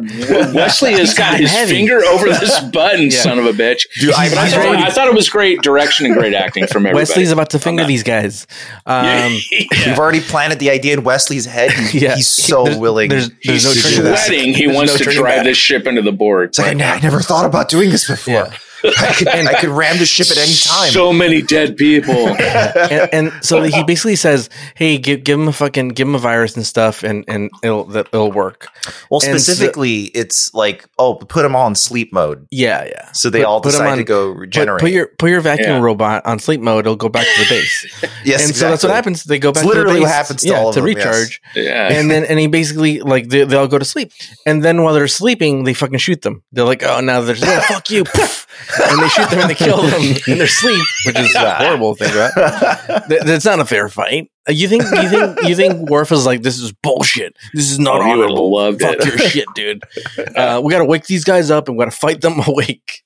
Wesley has got God, his heavy. finger over this button, Yeah. son of a bitch. Dude, I, But I, He's thought, ready. I thought it was great direction and great acting from everybody. Wesley's about to finger these guys. Um, We've already planted the idea in Wesley's head. He- Yeah. He's so There's- willing. there's- He's there's no to turning do this. back. sweating. He There's wants no to turning drive back. this ship into the board. It's like, I, ne- I never thought about doing this before. Yeah. I, could, I could ram the ship at any time. So many dead people. and, and so he basically says, "Hey, give give him a fucking give him a virus and stuff, and and it'll that it'll work." well, and so- specifically, it's like, oh, put them all in sleep mode. Yeah, yeah. So they Put- all put 'em decide on- to go Put, regenerate. put your put your vacuum Yeah. robot on sleep mode. It'll go back to the base, yes, and so that's what exactly. happens. They go back. to literally the what base, happens to yeah, all of to them, yes. recharge, yeah. and then and he basically like they, they all go to sleep, and then while they're sleeping, they fucking shoot them. They're like, "Oh, now they're just, oh, fuck you," Poof. and they shoot them and they kill them in their sleep, which is a horrible thing, right? Th- that's not a fair fight. Uh, You think you think you think Worf is like this is bullshit. This is not Oh, he would have honorable. loved Fuck it. your shit, dude. Uh, we gotta wake these guys up and we gotta fight them awake.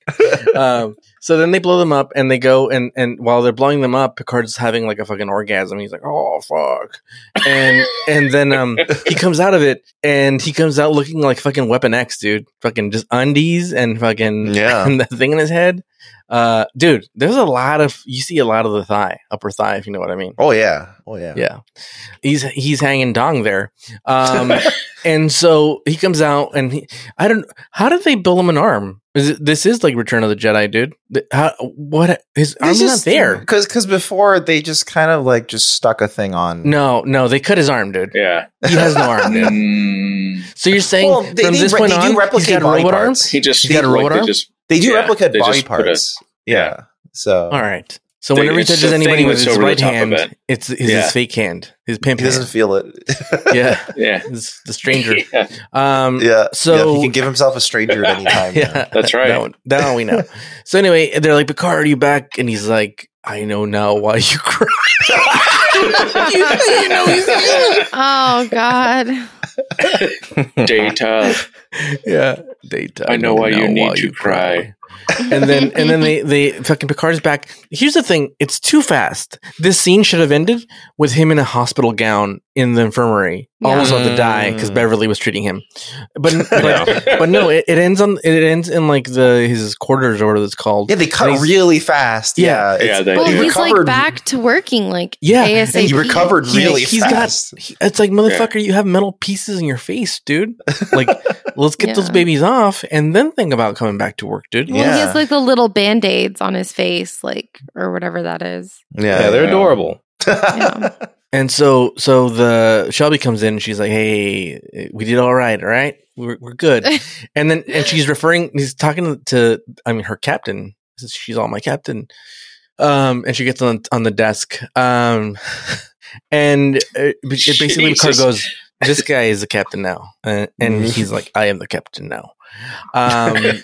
Um, so then they blow them up and they go and and while they're blowing them up, Picard's having like a fucking orgasm. He's like, oh fuck, and and then um he comes out of it and he comes out looking like fucking Weapon X, dude. Fucking just undies and fucking Yeah. and the thing in his head. Uh, dude, there's a lot of you see a lot of the thigh, upper thigh, if you know what I mean. Oh, yeah. Oh, yeah. Yeah. He's he's hanging dong there. Um and so he comes out and he I don't how did they build him an arm? Is it, this is like Return of the Jedi, dude. The- How what his arm's not there. Because before, they just kind of like just stuck a thing on. No, no, they cut his arm, dude. yeah. He has no arm, dude. Mm, So you're saying Well, they- from they this re- point they do on, he's replicate got body robot parts. arms? he just You got a like, robot they arm? just They do Yeah, replicate they body just put a- parts. yeah. So All right. yeah. So Thing- whenever he it's the touches thing anybody with that's his over the right top of hand, it. it's his, Yeah. his fake hand, his pimp. He doesn't Hand. feel it. Yeah, Yeah. it's the stranger. Yeah. Um, yeah. So- yeah, he can give himself a stranger at any time. yeah, That's right. That one, that one we know. so anyway, they're like, Picard, are you back? And he's like, I know now why you cry. you know he's Oh God. Data. yeah, data. I know why you need to cry. and then and then they they fucking Picard is back. Here's the thing: it's too fast. This scene should have ended with him in a hospital gown in the infirmary, Yeah. almost about to die because Mm. Beverly was treating him. But but, but no, it, it ends on it ends in like the his quarters or whatever it's called. Yeah, they And cut he's- really fast. Yeah. Yeah. Yeah, it's- they Well, do. he he's like recovered- back to working, like Yeah, and ASAP. he recovered He's- really he's got- fast. He- It's like motherfucker, you have metal pieces in your face, dude. Like, let's get those Yeah. babies off and then think about coming back to work, dude. Well, he Yeah. has like the little band aids on his face, like or whatever that is. Yeah, they're Yeah. adorable. Yeah. And so, so the Shelby comes in and she's like, "Hey, we did all right, all right, we're we're good." and then, and she's referring, he's talking to, I mean, her captain. She's all my captain. Um, and she gets on on the desk. Um, and uh, it basically Picard Jesus. goes, "This guy is the captain now," and, Mm-hmm. and he's like, "I am the captain now." Um.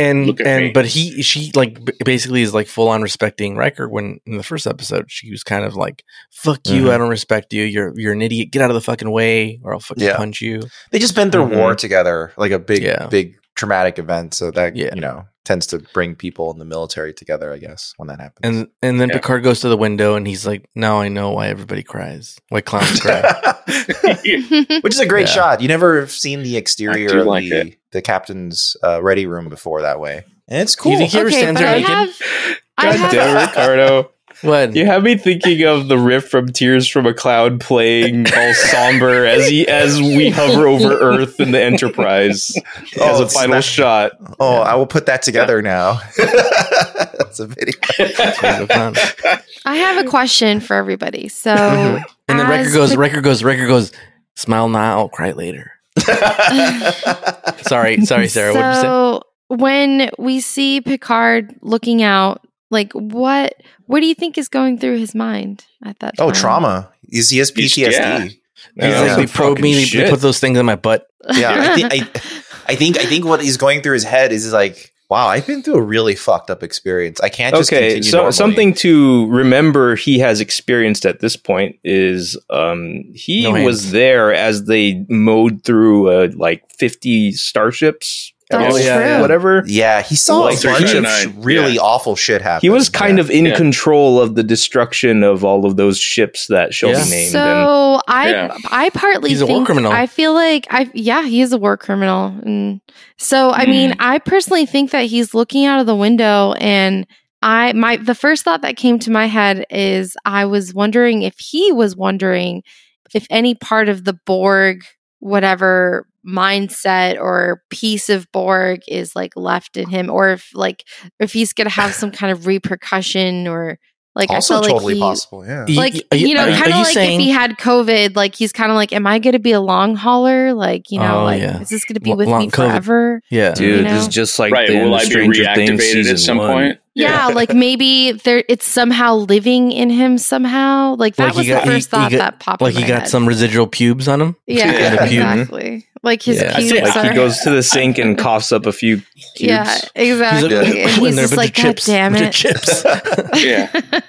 And Look at and me. but he she like b- basically is like full on respecting Riker when in the first episode she was kind of like fuck you Mhm. I don't respect you you're you're an idiot get out of the fucking way or I'll fucking Yeah. punch you They just been through Mhm. war together, like a big, Mm-hmm. Yeah. big traumatic event. So that Yeah. you know tends to bring people in the military together. I guess when that happens. and and then Yeah. Picard goes to the window and he's like now I know why everybody cries why clowns cry Which is a great Yeah. shot. You never have seen the I do exterior of like the, the captain's uh, ready room before that way, and it's cool. You think he ever okay, stands but there I naked? have, I God damn have, it, Ricardo. what You have me thinking of the riff from Tears from a Cloud playing all somber as he, as we hover over Earth in the Enterprise as Oh, a final snap. shot. oh, I will put that together now. That's a video. Tears of clown. I have a question for everybody. So, and then Riker as goes Pic- Riker goes Riker goes smile now cry later sorry sorry Sarah what you say So when we see Picard looking out, like what what do you think is going through his mind at that? oh, time? trauma. He's, he has He's- PTSD. yeah. he's Yeah. like they probed me they- they Shit. put those things in my butt Yeah, I think- I think I think what he's going through his head is, is like, wow, I've been through a really fucked up experience. I can't just okay continue so normally. something to remember he has experienced at this point is um he No hands. was there as they mowed through uh, like 50 starships That's I guess, true. Oh, Yeah. whatever Yeah, he saw Like, a bunch Thursday of night, really yeah. awful shit happen. he was kind Yeah. of in Yeah. control of the destruction of all of those ships that Shelby Yeah. named and So I Yeah. I partly He's a war think- criminal. I feel like I yeah he is a war criminal, and so Hmm. I mean I personally think that he's looking out of the window, and I my the first thought that came to my head is I was wondering if he was wondering if any part of the Borg whatever mindset or piece of Borg is like left in him, or if like if he's gonna have some kind of repercussion or. Like I also felt like totally he- possible. Yeah. Y- like y- are you know, are- kind are of you like if he had COVID, like he's kind of like, am I going to be a long hauler? Like you know, Oh, like yeah. is this going to be Lo- with long me COVID. forever? yeah dude You this is know? just like right. the, Will the I be Stranger Things reactivated season at some one. point? Yeah, like maybe there, it's somehow living in him somehow. Like that Like he was got- the he- first he thought got- that popped. like in he oh my got head. some residual pubes on him yeah, Yeah. the pubes. exactly. Like his Yeah. I pubes feel like are. he goes to the sink and coughs up a few cubes yeah, exactly. Yeah. And he's there are a just bunch like, of God damn bunch of it. chips. Yeah.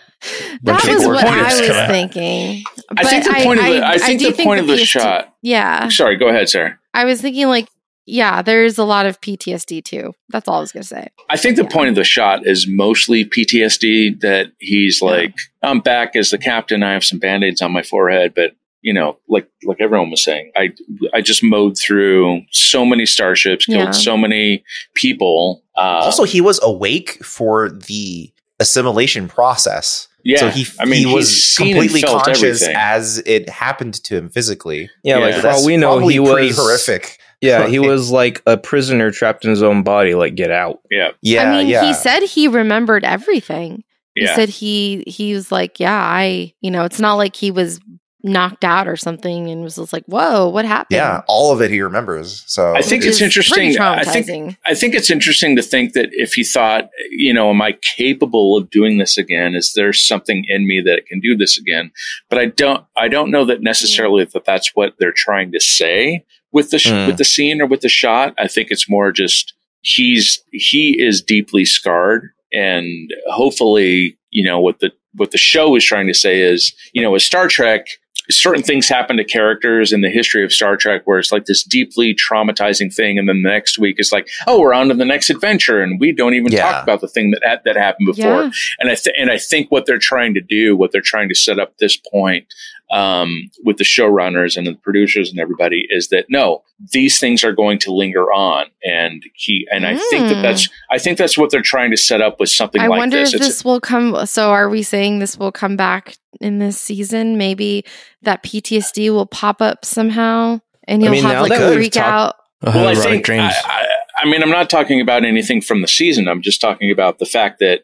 that of was what workers. I Come on. was thinking. I think But the point of the, I think do the point of the PTSD shot. Yeah. Sorry, go ahead, Sarah. I was thinking like, yeah, there's a lot of PTSD too. That's all I was gonna say. I think the Yeah. point of the shot is mostly PTSD that he's like, I'm back as the captain. I have some band-aids on my forehead, but you know, like like everyone was saying, I I just mowed through so many starships, killed Yeah. so many people. Uh, also, he was awake for the assimilation process. yeah, so he, I mean, he he's was seen and completely felt conscious everything. as it happened to him physically. yeah, Yeah. like So for all that's we know probably he pretty was horrific. Yeah, he Right. was like a prisoner trapped in his own body. Like, get out. yeah, Yeah, I mean, yeah. he said he remembered everything. He yeah. said he he was like, yeah, I, you know, it's not like he was knocked out or something and was just like, whoa, what happened? Yeah, all of it he remembers. So I think Which it's is pretty interesting. I think traumatizing. I think it's interesting to think that if he thought, you know, am I capable of doing this again? Is there something in me that can do this again? But I don't. I don't know that necessarily that that's what they're trying to say with the sh- Mm. with the scene or with the shot. I think it's more just he's he is deeply scarred, and hopefully, you know, what the what the show is trying to say is, you know, with Star Trek, certain things happen to characters in the history of Star Trek where it's like this deeply traumatizing thing, and then the next week it's like, oh, we're on to the next adventure, and we don't even Yeah. talk about the thing that that, that happened before. Yeah. And I th- and I think what they're trying to do, what they're trying to set up this point um, with the showrunners and the producers and everybody, is that no, these things are going to linger on, and he and I think that Mm. that's I think that's what they're trying to set up with something I like wonder this. if this will come. So, are we saying this will come back in this season? Maybe that PTSD will pop up somehow, and I you'll mean, now have like that a we've freak talked- out. Uh, well, I erotic think dreams. I, I, I mean, I'm not talking about anything from the season. I'm just talking about the fact that,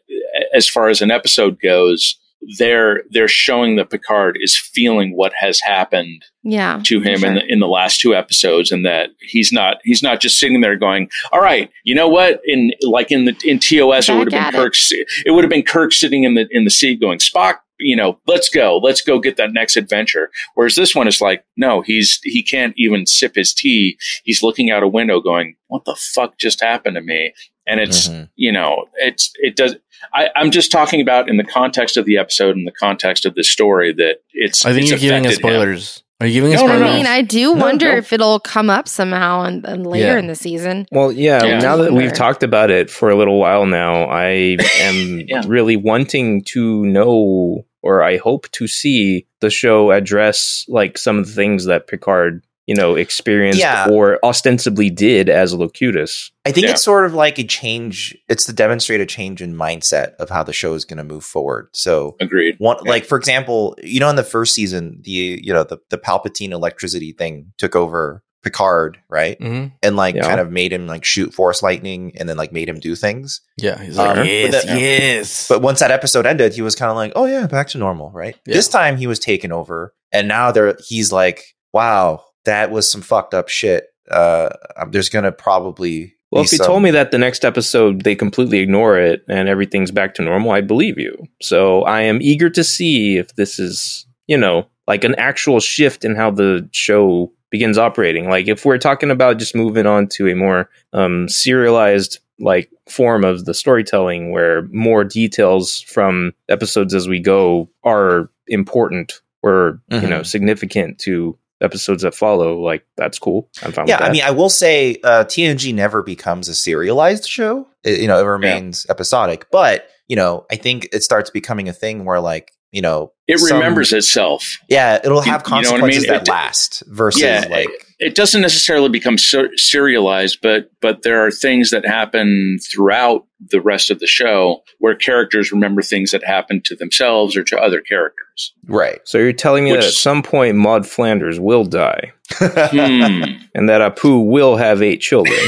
as far as an episode goes, they're they're showing that Picard is feeling what has happened Yeah, to him in the in the last two episodes, and that he's not he's not just sitting there going, "All right, you know what?" In like in the in TOS, it Back would have at been it. Kirk. si- It would have been Kirk sitting in the in the seat going, "Spock, you know, let's go, let's go get that next adventure." Whereas this one is like, no, he's he can't even sip his tea. He's looking out a window, going, "What the fuck just happened to me?" And it's Mm-hmm. Mhm. you know, it's it does. I, I'm just talking about in the context of the episode and the context of the story that it's. I think it's you're giving us affected him. spoilers. Are you giving us No, no, spoilers? no. I mean, I do No, wonder no. if it'll come up somehow and, and later Yeah. in the season. Well, yeah, Yeah. Now that we've Sure. talked about it for a little while now, I am Yeah. really wanting to know, or I hope to see the show address like some of the things that Picard, you know, experienced Yeah. or ostensibly did as Locutus. I think Yeah. it's sort of like a change. It's to demonstrate a change in mindset of how the show is going to move forward. So Agreed. one, Yeah. like for example, you know, in the first season, the you know the the Palpatine electricity thing took over Picard, right? Mm-hmm. Mhm. And like Yeah. kind of made him like shoot Force lightning, and then like made him do things. Yeah, he's Um, like, but yes, that- yes. But once that episode ended, he was kind of like, "Oh yeah, back to normal," right? Yeah. This time he was taken over, and now there he's like, "Wow, that was some fucked up shit." Uh, um, there's gonna probably Well, be if you some- told me that the next episode they completely ignore it and everything's back to normal, I believe you. So I am eager to see if this is, you know, like an actual shift in how the show begins operating. Like if we're talking about just moving on to a more um, serialized like form of the storytelling where more details from episodes as we go are important or you know Mhm. significant to episodes that follow like that's cool i'm fine yeah, with that I mean, I will say uh, TNG never becomes a serialized show. It, you know, it remains episodic, but you know, I think it starts becoming a thing where like you know, It some- remembers itself. Yeah, it'll You- have you know what I mean? consequences It- that last versus yeah, like It doesn't necessarily become ser- serialized, but but there are things that happen throughout the rest of the show where characters remember things that happen to themselves or to other characters. right. So you're telling me Which- that at some point Maud Flanders will die, Hmm. and that Apu will have eight children.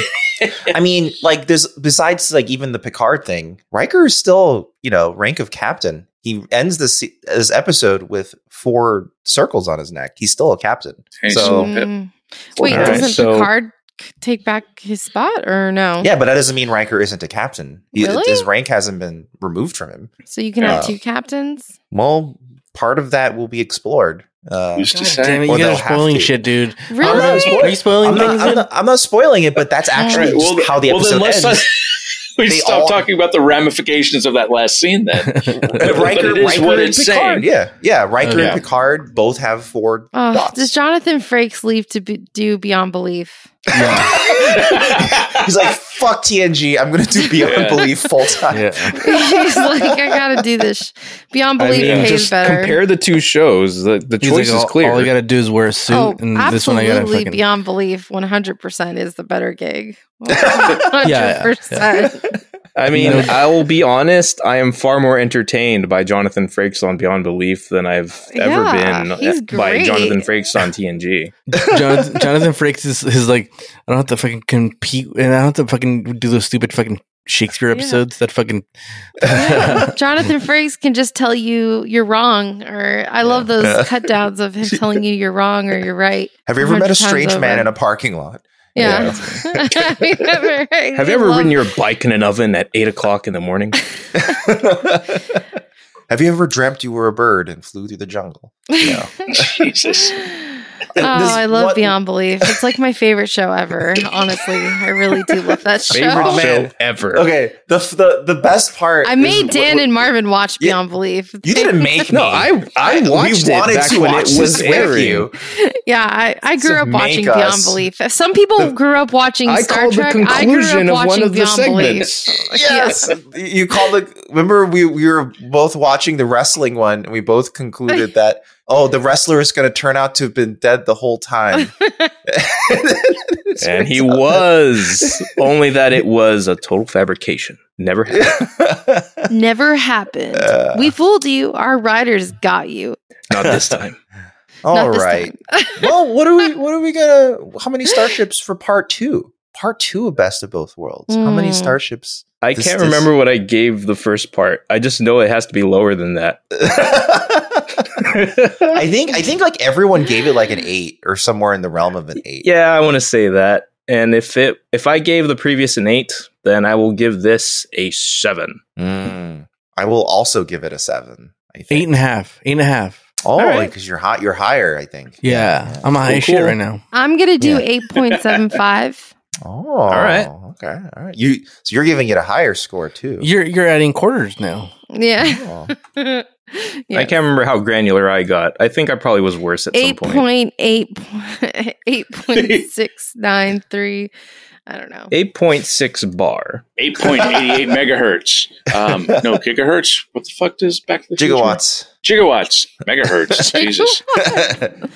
I mean, like there's besides like even the Picard thing, Riker is still you know rank of captain. He ends this se- this episode with four circles on his neck. He's still a captain. Hey, So- Mm. Wait, Alright, doesn't so- Picard c- take back his spot or no? Yeah, but that doesn't mean Riker isn't a captain. He- Really? His rank hasn't been removed from him. So you can have Yeah. Uh, two captains. Well, part of that will be explored. Uh, who's to God say? damn it, Or you they'll guys are have spoiling to. shit, dude. Really? not spoiling- Are you spoiling I'm, not, things? I'm, not, I'm not spoiling it, but that's actually All right, well, just how the well, then episode let's ends. we They stop all- talking about the ramifications of that last scene. Then But Riker, it is Riker what and it's Picard, saying. yeah, yeah. Riker Okay. and Picard both have four Oh, dots. does Jonathan Frakes leave to be, do Beyond Belief? He's like, "Fuck TNG, I'm gonna do Beyond Yeah. Belief full time." yeah. He's like, I gotta do this. sh- Beyond I Belief mean, pays just better. compare the two shows. The, the He's choice like, all, is clear. all I gotta do is wear a suit, oh, and absolutely! this one I gotta fucking. Beyond Belief, one hundred percent is the better gig. One hundred percent. I mean, No. I will be honest. I am far more entertained by Jonathan Frakes on Beyond Belief than I've ever Yeah, been he's by great. Jonathan Frakes on TNG. Jonathan, Jonathan Frakes is, is like I don't have to fucking compete, and I don't have to fucking do those stupid fucking Shakespeare Yeah. episodes that fucking. Yeah. Jonathan Frakes can just tell you you're wrong, or I love those Yeah. cut downs of him telling you you're wrong or you're right. Have you ever met 100 a times strange man over. in a parking lot? Yeah. I mean, right. Have We you ever love- ridden your bike in an oven at eight o'clock in the morning? Have you ever dreamt you were a bird and flew through the jungle? Yeah. Jesus. Oh, This I love one- Beyond Belief. It's like my favorite show ever. Honestly, I really do love that show. Favorite man. show ever. Okay. The the the best part. I is made what- Dan and Marvin watch Yeah. Beyond Belief. You didn't make me. No, I I watched we it wanted back to when watch it was this with airing. you. Yeah, I, I grew So up watching make Beyond us- Belief. Some people grew up watching I Star called the Trek. I conclusion grew of up one watching of the Beyond Belief. segments. Yes. you called the remember we, we were both watching the wrestling one and we both concluded that oh the wrestler is gonna turn out to have been dead the whole time. And he was only that it was a total fabrication. Never happened. Never happened. Uh. we fooled you. Our writers got you. Not this time. All Not this right. time. well, what are we what are we gonna how many starships for part two? Part two of Best of Both Worlds. How many Mm. starships? I This- can't this- remember what I gave the first part. I just know it has to be lower than that. I think I think like everyone gave it like an eight or somewhere in the realm of an eight. yeah, I want to say that. And if it if I gave the previous an eight, then I will give this a seven. Mm. I will also give it a seven. I think. Eight and a half. Eight and a half. Oh, All because right. you're hot. You're higher. I think. Yeah, I'm high as shit right now. I'm gonna do Yeah. eight point seven five. Oh, all right. Okay. All right. You. So you're giving it a higher score too. You're you're adding quarters now. Yeah. Oh. yeah. I can't remember how granular I got. I think I probably was worse at some Eight point. point eight eight point six nine three. I don't know. 8.6 bar. 8.88 megahertz. Um, no, gigahertz. What the fuck does back to the Future- Gigawatts. Gigawatts. Megahertz. Jesus. I,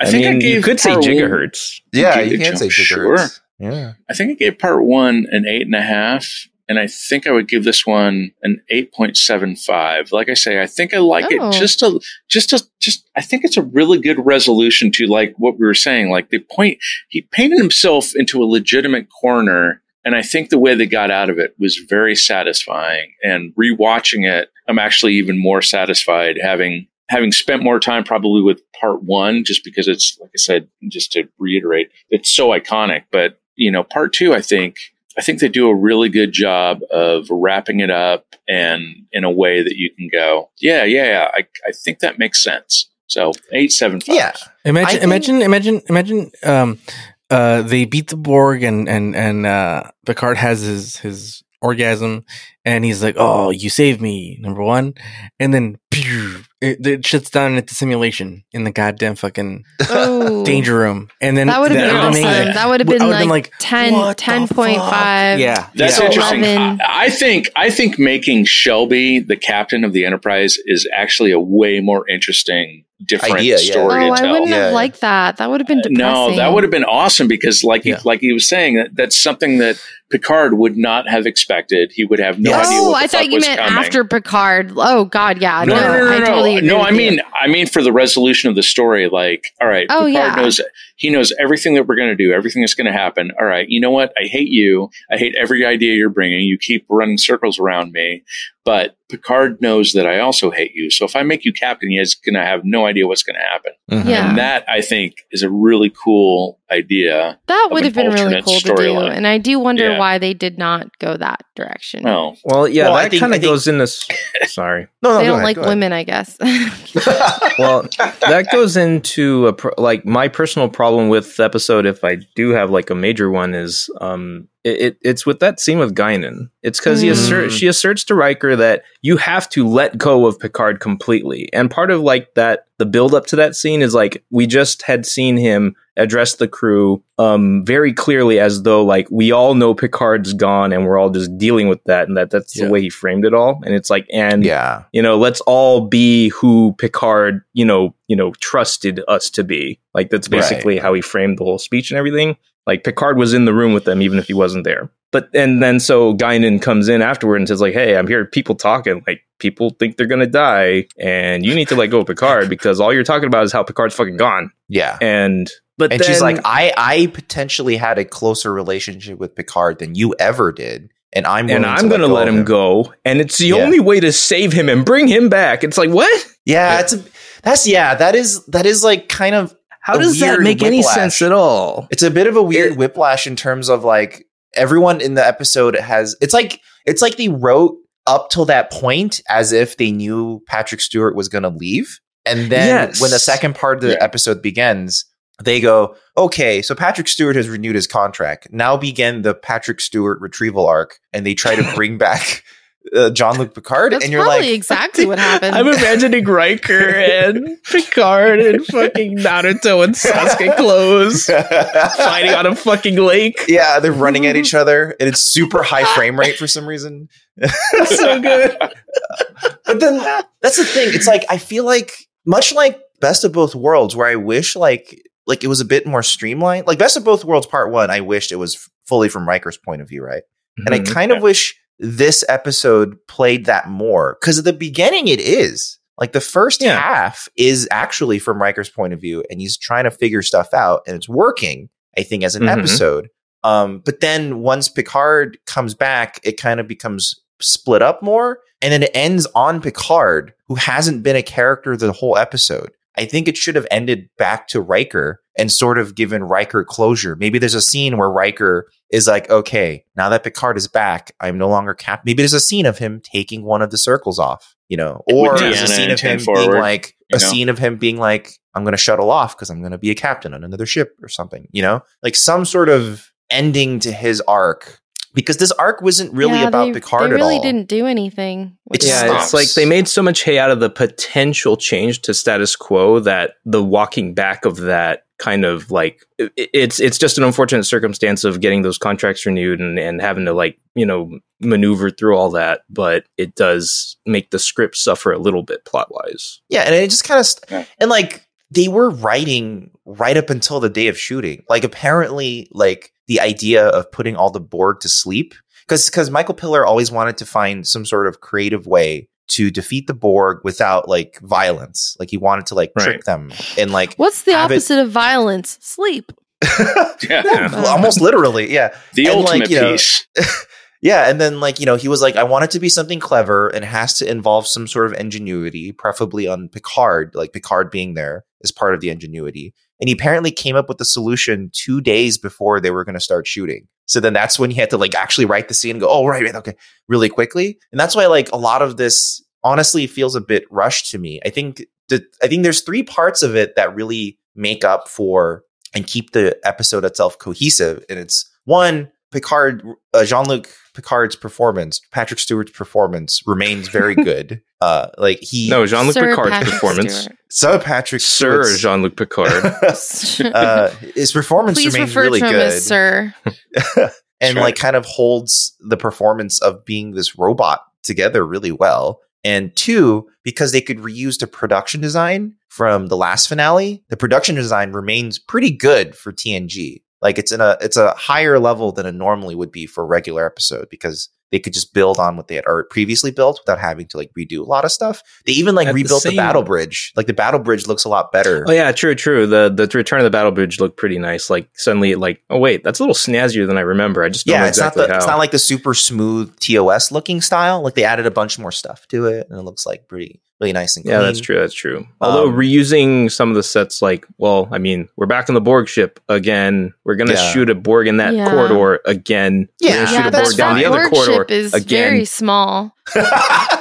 I, think mean, I gave you could say part one- gigahertz. yeah, Gig- you can say sure. gigahertz. Yeah. I think I gave part one an eight and a half, and I think I would give this one an eight point seven five. Like I say, I think I like Oh. it just a just a just. I think it's a really good resolution to like what we were saying. Like the point he painted himself into a legitimate corner. And I think the way they got out of it was very satisfying. And rewatching it, I'm actually even more satisfied having having spent more time probably with part one, just because it's like I said, just to reiterate, it's so iconic. But you know, part two, I think I think they do a really good job of wrapping it up and in a way that you can go, yeah, yeah, yeah. I, I think that makes sense. So eight seven five. Yeah. I Imagine, think- imagine, imagine, imagine. Um, uh, they beat the Borg, and and and uh, Picard has his his orgasm, and he's like, "Oh, you saved me, number one," and then pew, it, it shuts down at the simulation in the goddamn fucking Oh, danger room, and then That would have been would've awesome. amazing. That would have I been would've like, "What 10, the 10.5. fuck?" Yeah, That's yeah. interesting. Eleven. I, I think I think making Shelby the captain of the Enterprise is actually a way more interesting, different Idea, yeah. story Oh, to tell. I wouldn't Yeah, have yeah. liked that. That would have been depressing. Uh, No, that would have been awesome because, like, Yeah. he, like he was saying, that that's something that Picard would not have expected. He would have no Yes. idea. Oh, What the I fuck thought you was meant coming. after Picard. Oh God, yeah. No, no, no, no, no. I no. totally agree No, with I you. mean, I mean for the resolution of the story. Like, all right, Oh, Picard yeah. knows he knows everything that we're going to do, everything that's going to happen. All right, you know what? I hate you. I hate every idea you're bringing. You keep running circles around me. But Picard knows that I also hate you. So if I make you captain, he is going to have no idea what's going to happen. Yeah. And that I think is a really cool idea. that of would an have been really alternate cool to do, storyline. and I do wonder Yeah. why they did not go that direction. No, Well, yeah, Well, I that think- kind I of think- goes in this. Sorry. No, no, they Oh, go don't ahead, like go ahead. women, I guess. Well, that goes into a pro- like my personal problem with the episode. If I do have like a major one, is um, it, it it's with that scene with Guinan. It's because he Mm. asserts she asserts to Riker that you have to let go of Picard completely, and part of like that the build up to that scene is like we just had seen him address the crew um very clearly as though like we all know Picard's gone and we're all just dealing with that and that that's Yeah. the way he framed it all and it's like and Yeah. you know let's all be who picard you know you know trusted us to be like that's Right. basically how he framed the whole speech and everything like picard was in the room with them even if he wasn't there but and then so guinan comes in afterward and says like hey i'm here people talking like people think they're gonna die and you need to let go of picard because all you're talking about is how picard's fucking gone Yeah. and But and then, she's like, I, I potentially had a closer relationship with Picard than you ever did. And I'm and I'm going to let, him, him go. And it's the Yeah. only way to save him and bring him back. It's like, what? Yeah, it's a, that's yeah, that is that is like kind of How A does that weird make any whiplash. sense at all? it's a bit of a weird It- whiplash in terms of like everyone in the episode has it's like it's like they wrote up till that point as if they knew Patrick Stewart was going to leave and then Yes. when the second part of the Yeah. episode begins they go okay so Patrick Stewart has renewed his contract now begin the Patrick Stewart retrieval arc and they try to bring back uh, John Luke Picard That's and you're probably like exactly what happened. I'm imagining Riker and Picard and fucking Naruto and Sasuke clothes fighting on a fucking lake. yeah they're running at each other and it's super high frame rate for some reason It's so good. but then that's the thing. It's like I feel like much like Best of Both Worlds, where I wish like like it was a bit more streamlined. Like Best of Both Worlds Part One, I wished it was f- fully from Riker's point of view, right? And I hmm. Mm-hmm. kind of wish this episode played that more because at the beginning it is like the first Yeah. half is actually from Riker's point of view, and he's trying to figure stuff out, and it's working. I think as an Mhm. episode. Um, but then once Picard comes back, it kind of becomes split up more, and then it ends on Picard, who hasn't been a character the whole episode. I think it should have ended back to Riker and sort of given Riker closure. Maybe there's a scene where Riker is like, okay, now that Picard is back, I'm no longer cap. Maybe there's a scene of him taking one of the circles off, you know, or With there's a Deanna scene and of Ten him Forward, being like, a you know? scene of him being like, I'm going to shuttle off because I'm going to be a captain on another ship or something, you know, like some sort of ending to his arc because this arc wasn't really Yeah, about they, Picard They really at all. didn't do anything. with It yeah, that. stops. it's like they made so much hay out of the potential change to status quo that the walking back of that kind of like i- it's it's just an unfortunate circumstance of getting those contracts renewed and, and having to like you know maneuver through all that, but it does make the script suffer a little bit plot wise. Yeah, and it just kind of st- Yeah. and like they were writing right up until the day of shooting. Like apparently, like the idea of putting all the Borg to sleep because because Michael Pillar always wanted to find some sort of creative way to defeat the Borg without like violence. Like he wanted to like trick Right. them and like What's the Have it- opposite of violence? Sleep. Yeah. almost literally, yeah. The And, like, ultimate you know, piece. Yeah, and then like you know he was like, I want it to be something clever and it has to involve some sort of ingenuity, preferably on Picard, like Picard being there is part of the ingenuity. And he apparently came up with the solution two days before they were going to start shooting. So then that's when he had to like actually write the scene and go, oh right, right, okay, really quickly. And that's why like a lot of this honestly feels a bit rushed to me. I think that I think there's three parts of it that really make up for and keep the episode itself cohesive. And it's one, Picard, uh, Jean Luc Picard's performance, Patrick Stewart's performance remains very good. uh, like he, No, Jean Luc Sir Picard's Patrick performance, Stewart. Sir Patrick, Sir Stewart's- Jean Luc Picard. uh, his performance Please remains refer really to him good, as Sir. and Sure. like kind of holds the performance of being this robot together really well. And two, because they could reuse the production design from the last finale, the production design remains pretty good for TNG. Like it's in a it's a higher level than it normally would be for a regular episode because they could just build on what they had already previously built without having to like redo a lot of stuff. They even like At the rebuilt the, same- battle bridge. Like the battle bridge looks a lot better. Oh yeah, true, true. The the return of the battle bridge looked pretty nice. Like suddenly, like oh wait, that's a little snazzier than I remember. I just don't yeah, know it's not exactly the it's how. not like the super smooth TOS looking style. Like they added a bunch more stuff to it, and it looks like pretty really nice and clean. yeah, that's true. That's true. Although Um, reusing some of the sets, like well, I mean, we're back on the Borg ship again. We're gonna Yeah. shoot a Borg in that Yeah. corridor again. We're Yeah, gonna shoot yeah, a that's Borg down the fine. other Org ship corridor is again. very small.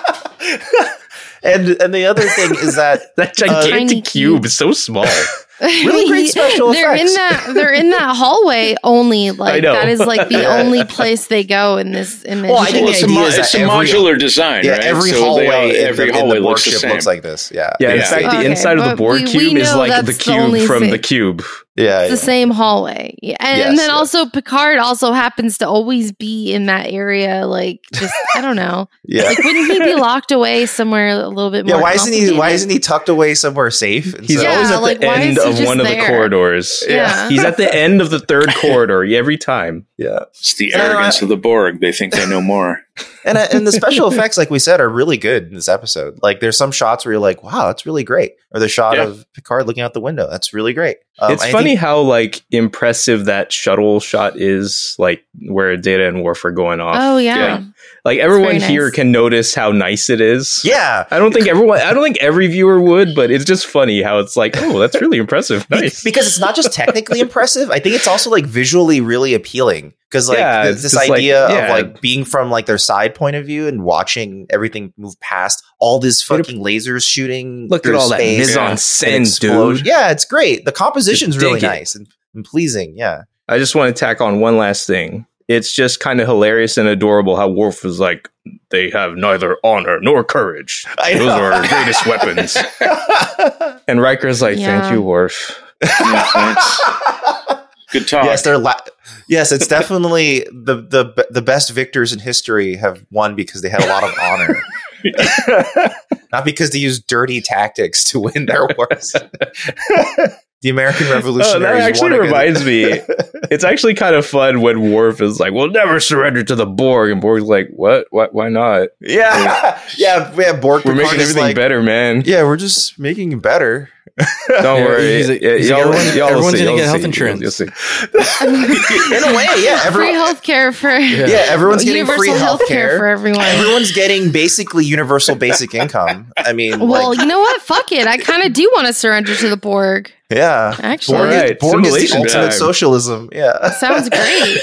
and and the other thing is that that Tiny gigantic cube. cube is so small. Really great special they're effects. in that they're in that hallway only like know. that is like the only place they go in this in this Well, I show. think Well, the it's a, idea mo- is that it's a every- modular design, yeah, right? every So they hallway all- in the- every in the, hallway looks the workshop same. looks like this. Yeah, Yeah, in Yeah. fact, Okay, the inside of the but Borg we- we cube is know like the that's the cube only from thing. the cube. yeah, it's the same hallway yeah and, and Yes, then yeah. also picard also happens to always be in that area like just i don't know yeah. like wouldn't he be locked away somewhere a little bit yeah, more why isn't he? Why complicated? isn't he tucked away somewhere safe? And He's Yeah, always at like, the why is end he of just one of the there? corridors. Yeah. He's at the end of the third corridor every time. yeah, It's the And I- arrogance of the Borg. They think they know more. And uh, and the special effects, like we said, are really good in this episode. Like there's some shots where you're like, wow, that's really great. Or the shot Yeah. of Picard looking out the window, that's really great. Um, it's I funny think- how like impressive that shuttle shot is, like where Data and Worf are going off. Oh yeah. Yeah. like everyone very nice. here can notice how nice it is. yeah. I don't think everyone. I don't think every viewer would, but it's just funny how it's like, oh, that's really impressive. Be- Nice. because it's not just technically impressive. I think it's also like visually really appealing. Because like Yeah, th- it's this just, like, idea yeah. of like being from like their side point of view and watching everything move past all these fucking lasers shooting. through space mise en and explosion- Yeah, it's great. The composition's Just dig really it. nice and, and pleasing. Yeah. I just want to tack on one last thing. It's just kind of hilarious and adorable how Worf was like, they have neither honor nor courage. I Those know. are our greatest weapons. And Riker's like, Yeah. thank you, Worf. Yeah, thanks. Good talk. Yes, they're la- yes, it's definitely the the the best victors in history have won because they had a lot of honor. Uh, Not because they used dirty tactics to win their wars. the American Oh, Revolutionaries. that actually won a good- reminds me. It's actually kind of fun when Worf is like, "We'll never surrender to the Borg," and Borg's like, "What? What? Why not? yeah, yeah, yeah. Borg. We're Picard making is everything like, better, man. Yeah, we're just making it better. Don't Yeah, worry. he's like- Yeah, he's like, y'all- everyone- y'all will everyone's see, gonna y'all get will health see, insurance. you'll see. In a way, yeah. free Everyone, health care for Yeah. yeah, everyone's getting universal free health care for healthcare. everyone. Everyone's getting basically universal basic income. I mean, well, like, you know what? Fuck it. I kind of do want to surrender to the Borg. yeah. Actually, Borg, Alright, is, Borg is the simulation ultimate time. socialism. Yeah. sounds great.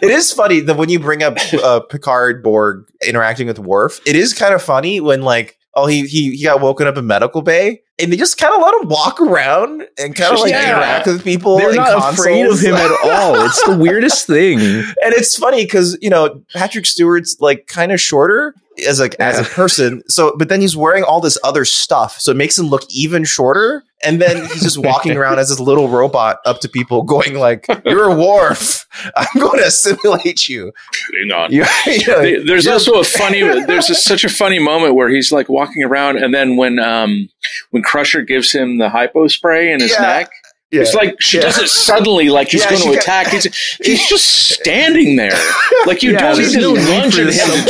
it is funny that when you bring up uh, Picard Borg interacting with Worf, it is kind of funny when like, oh, he he he got woken up in medical bay, and they just kind of let him walk around and kind of like Yeah. interact with people. They're in not afraid of consoles. him at all. It's the weirdest thing. and it's funny because you know Patrick Stewart's like kind of shorter as like as a person. So, but then he's wearing all this other stuff, so it makes him look even shorter. And then he's just walking around as this little robot up to people, going like, "You're a wharf. I'm going to assimilate you." Hang on. You- you know, There- there's you're- also a funny there's a, such a funny moment where he's like walking around and then when um when crusher gives him the hypo spray in his Yeah. neck yeah. it's like she Yeah. does it suddenly like he's Yeah, going she to got- attack he's, he's just standing there like you Yeah, don't there's need no to need lunge for at him to do it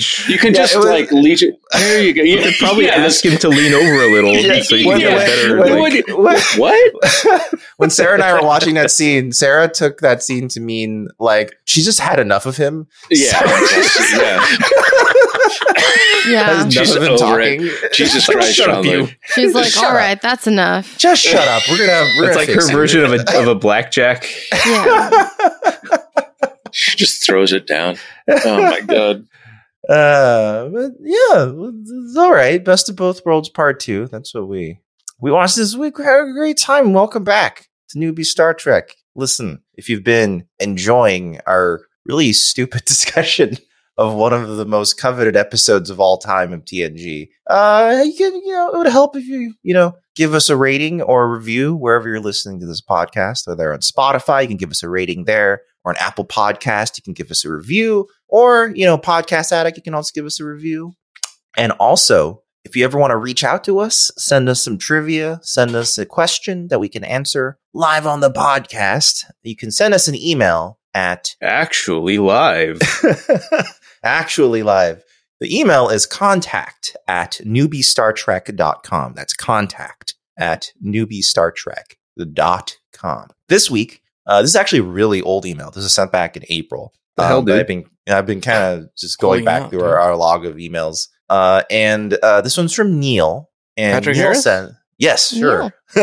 subterfuge. you can Yeah, just it was- like lead it there you go you could Probably ask him to lean over a little so you can When- get a Yeah. better. when- like- when- what when Sarah and I were watching that scene, Sarah took that scene to mean like she just had enough of him. yeah that's- yeah Yeah. Uh-huh. Has She's enough of him over it. talking. jesus christ Shut up, Sean Lee. you. She's like, Shut all up. right, that's enough. Just shut up. We're gonna. We're It's gonna like her fix you. version of a of a blackjack. Yeah. she just throws it down oh my god Uh, but yeah, it's all right. Best of both worlds, part two. That's what we we watched this week. We had a great time. Welcome back to Newbie Star Trek. Listen, if you've been enjoying our really stupid discussion of one of the most coveted episodes of all time of TNG, uh, you can you know it would help if you you know give us a rating or a review wherever you're listening to this podcast. Whether on Spotify, you can give us a rating there or an Apple Podcast, you can give us a review. Or, you know, Podcast Addict, you can also give us a review. And also, if you ever want to reach out to us, send us some trivia, send us a question that we can answer live on the podcast. You can send us an email at Actually live. actually live. The email is contact at newbiestartrek.com. That's contact at newbiestartrek.com. This week, uh, this is actually a really old email. This was sent back in April. Um, The hell, but dude? I've been, I've been kind of just going Pulling back out, through dude. our, our log of emails. Uh, and uh, this one's from Neil. And Patrick Neil Harris? said- yes, sure.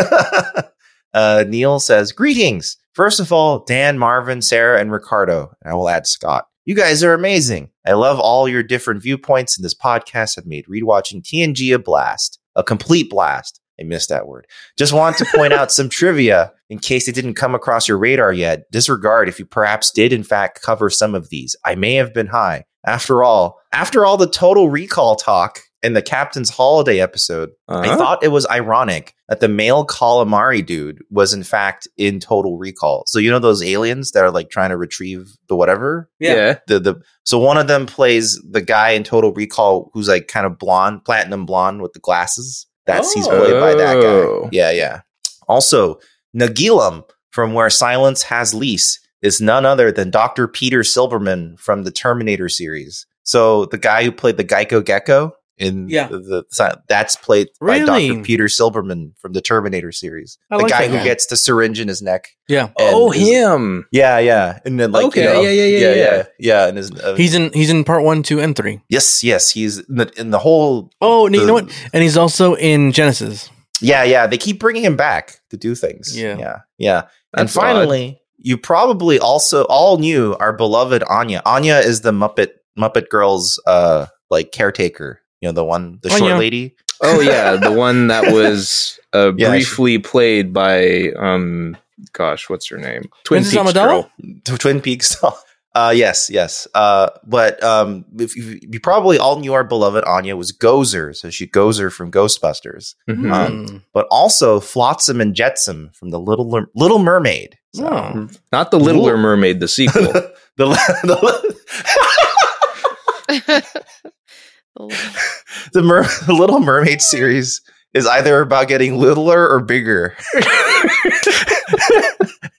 uh, Neil says, Greetings. First of all, Dan, Marvin, Sarah, and Ricardo. And I will add Scott. You guys are amazing. I love all your different viewpoints, and this podcast have made rewatching TNG a blast, a complete blast. I missed that word. Just want to point out some trivia in case it didn't come across your radar yet. Disregard if you perhaps did, in fact, cover some of these. I may have been high. After all, after all the total recall talk and the Captain's Holiday episode, I Uh-huh. thought it was ironic that the male calamari dude was in fact in Total Recall. So you know those aliens that are like trying to retrieve the whatever. Yeah. The the so one of them plays the guy in Total Recall who's like kind of blonde, platinum blonde with the glasses. That's he's Oh. played by that guy. Oh. Yeah, yeah. Also, Nagilum from Where Silence Has Lease is none other than Dr. Peter Silverman from the Terminator series. So the guy who played the Geico Gecko in Yeah. the, the that's played by Really? Dr. Peter Silverman from the Terminator series. I the like guy that who guy. gets the syringe in his neck. Yeah. and oh, is- him. Yeah, yeah. And then like Okay, you know, yeah, yeah, yeah, yeah. yeah. yeah, and his, uh, He's in he's in part one, two, and three. yes, yes, he's in the, in the whole Oh, and you the- know what? And he's also in Genesis. Yeah, yeah. They keep bringing him back to do things. Yeah. yeah, yeah. and That's odd. finally, you probably also all knew our beloved Anya. Anya is the Muppet Muppet Girls, uh, like caretaker. You know, the one, the short Anya. lady. Oh yeah, the one that was uh, Yeah, she- briefly played by um, gosh, what's her name? Princess Amidala? Tw- Twin Peaks. uh, yes, yes. Uh, but um, if you, you probably all knew our beloved Anya was Gozer, so she Gozer from Ghostbusters, Mhm. Mm-hmm. Hmm. Uh-huh. Uh, Oh. but also Flotsam and Jetsam from the Little Ler- Little Mermaid. So- Oh. Not the Littler Mermaid, the sequel. the, the the, Mer- the Little Mermaid series is either about getting littler or bigger.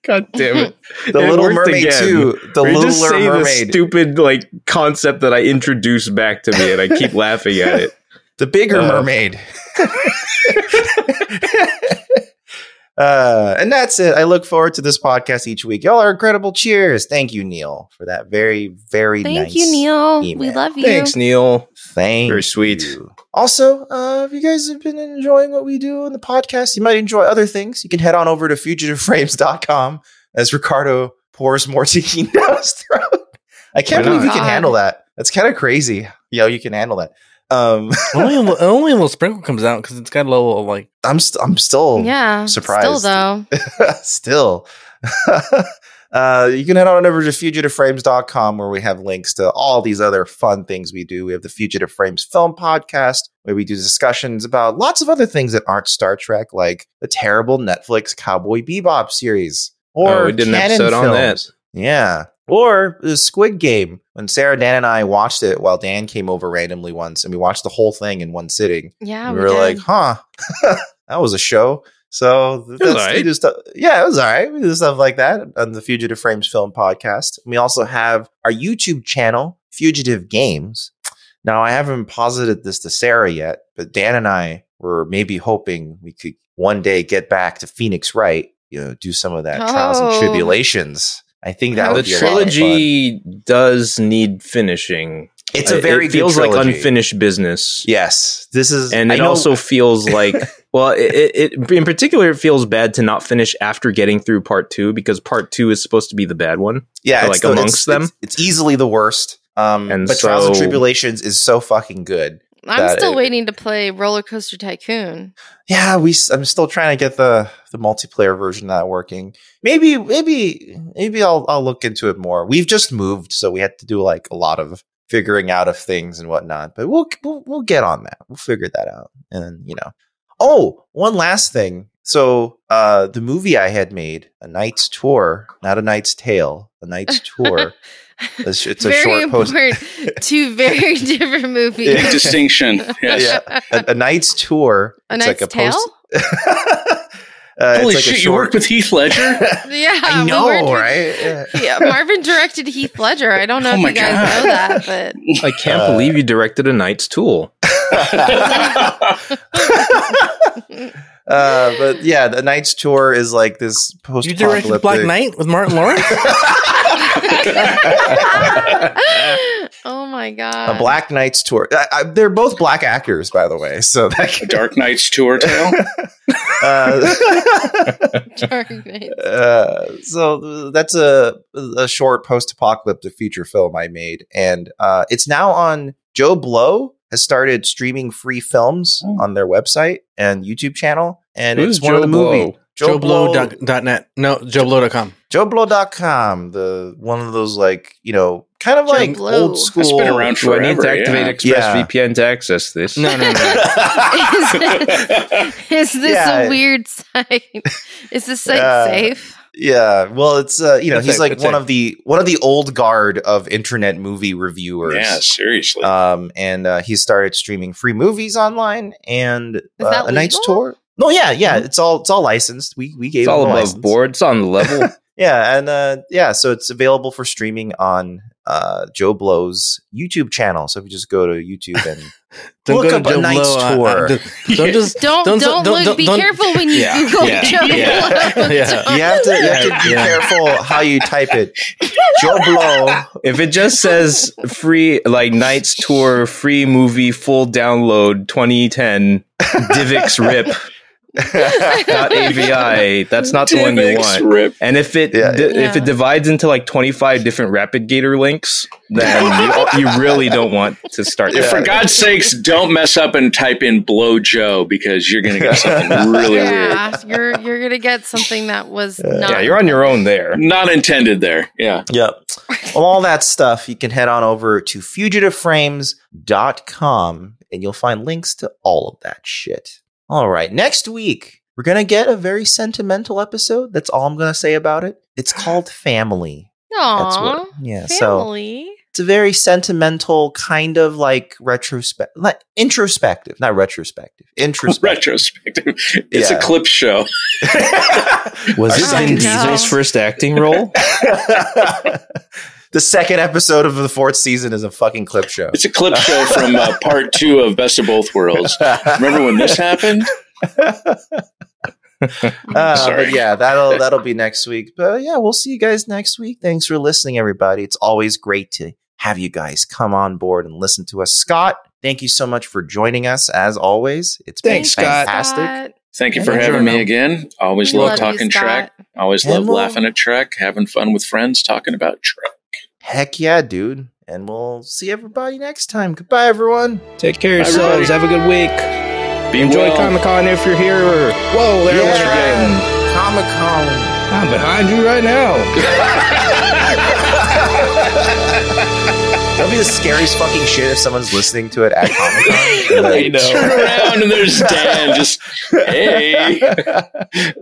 God damn it! The It Little worked Mermaid again. two, the You're just Littler saying this Mermaid, stupid like concept that I introduced back to me, and I keep laughing at it. the bigger Uh. mermaid. uh, and that's it. I look forward to this podcast each week. Y'all are incredible. Cheers! Thank you, Neil, for that very very Thank nice you, Neil. We email. love you. Thanks, Neil. Thank Very sweet. you. Also, uh, if you guys have been enjoying what we do on the podcast, you might enjoy other things. You can head on over to fugitiveframes.com as Ricardo pours more tequila down his throat. I can't Why believe you can not? handle that. That's kind of crazy. Yo, you can handle that. Um, only, a, li- only a little sprinkle comes out because it's got a little like I'm st- I'm still Yeah. Still Oh, Surprised. though. still. uh, you can head on over to fugitiveframes.com where we have links to all these other fun things we do. We have the Fugitive Frames Film Podcast, where we do discussions about lots of other things that aren't Star Trek, like the terrible Netflix Cowboy Bebop series. Or oh, we did an canon episode on that. films. Yeah. Or the Squid Game. When Sarah, Dan, and I watched it while Dan came over randomly once, and we watched the whole thing in one sitting Yeah. we were like, huh, that was a show. So th- It was that's, we alright. do stuff. Yeah, it was all right. We do stuff like that on the Fugitive Frames Film Podcast. We also have our YouTube channel, Fugitive Games. Now, I haven't posited this to Sarah yet, but Dan and I were maybe hoping we could one day get back to Phoenix Wright, you know, do some of that trials and Oh. tribulations. I think that the Oh, would be a lot of fun. trilogy does need need finishing. It's a It- very it feels good like trilogy. unfinished business. Yes, this is, And I it know- also feels like, well, it, it, it in particular, it feels bad to not finish after getting through part two because part two is supposed to be the bad one. yeah, Or, it's like, the- it's- amongst them? It's, it's easily the worst. Um, And but Trials and so- Tribulations is so fucking good. I'm that still it- waiting to play Roller Coaster Tycoon. Yeah, we. s- I'm still trying to get the the multiplayer version of that working. Maybe, maybe, maybe I'll I'll look into it more. We've just moved, so we had to do like a lot of figuring out of things and whatnot. But we'll we'll, we'll get on that. We'll figure that out, and you know. Oh, one last thing. So, uh, the movie I had made, A Knight's Tour, not A Knight's Tale, A Knight's Tour. It's, it's a very short post. important. Two very different movies. Yeah. Distinction. Yes. Yeah. a, a night's tour. A It's Knight's Tale? uh, it's Holy like a shit! You short- work with Heath Ledger? Yeah, I we know, worked with- right? Yeah. yeah, Marvin directed Heath Ledger. I don't know Oh if my you guys God. know that, but I can't Uh, believe you directed A Knight's Tool. uh, but yeah, the night's tour is like this post. you directed Black Knight with Martin Lawrence. oh my god, a Black Knight's tour. I, I, they're both black actors, by the way. So that A could, Dark Knight's tour tale. uh, Dark Knight. Uh, so that's a a short post-apocalyptic feature film I made, and uh, it's now on. Joe Blow has started streaming free films on their website and YouTube channel, and Who's it's one of the Joe movie Blow? Joe Blow dot dot net. No, JoeBlow.com. JoeBlow.com, the one of those like you know, kind of Joe like Blow. old school. It's been around Do I need to forever. activate yeah. Yeah. ExpressVPN to access this? No, no, no. Is this Yeah. a weird site? Is this site Yeah. safe? Yeah, well, it's uh, you know, It's he's a- like it's one a- of the one of the old guard of internet movie reviewers. yeah, seriously. um, and uh, he started streaming free movies online and uh, that a night's legal? tour. No, yeah, yeah, it's all it's all licensed. We we gave It's him all the above license. board. It's on the level. Yeah, and uh, yeah, so it's available for streaming on uh, Joe Blow's YouTube channel. So if you just go to YouTube and Don't look go to up a Joe Knight's Blow, I- I tour. just- don't just Don't don't, look. be don't- careful when you Yeah. Google Yeah. Joe Yeah. Blow. Yeah. Don't- you have to, you have to be Yeah. careful how you type it. Joe Blow. If it just says free, like Knights Tour, free movie, full download, 2010, Divx Rip, not AVI, that's not the one you want. Rip. And if it Yeah, di- yeah. if it divides into like 25 different Rapid Gator links, then you, you really don't want to start. Yeah. that. For God's sakes, don't mess up and type in blow Joe because you're going to get something really yeah, you're you're gonna get something that was not. Yeah, you're on your own there. weird. Not intended there. Yeah. Yep. Well, all that stuff, you can head on over to fugitiveframes.com and you'll find links to all of that shit. All right. Next week, we're going to get a very sentimental episode. That's all I'm going to say about it. It's called Family. That's Aww, what, yeah. So family. it's a very sentimental kind of like retrospect, like introspective, not retrospective, introspective. Retrospective. It's Yeah. a clip show. Was it Oh, Vin no. Diesel's first acting role? the second episode of the fourth season is a fucking clip show. It's a clip show from uh, part two of Best of Both Worlds. Remember when this happened? Uh, Sorry. But yeah, that'll that'll be next week. But yeah, we'll see you guys next week. Thanks for listening, everybody. It's always great to have you guys come on board and listen to us. Scott, thank you so much for joining us. As always, it's Thanks, been Scott. fantastic. Thank you Yeah, for sure, having me man. again. Always We love, love you, talking Trek. Scott. Always And love we'll- laughing at Trek, having fun with friends, talking about Trek. Heck yeah, dude. And we'll see everybody next time. Goodbye, everyone. Take care of All right. yourselves. Have a good week. Be Enjoy well. Comic Con if you're here. Whoa, there Yeah. yeah. Comic Con. I'm behind you right now. That'll be the scariest fucking shit if someone's listening to it at Comic Con. Turn around and there's Dan. Just hey.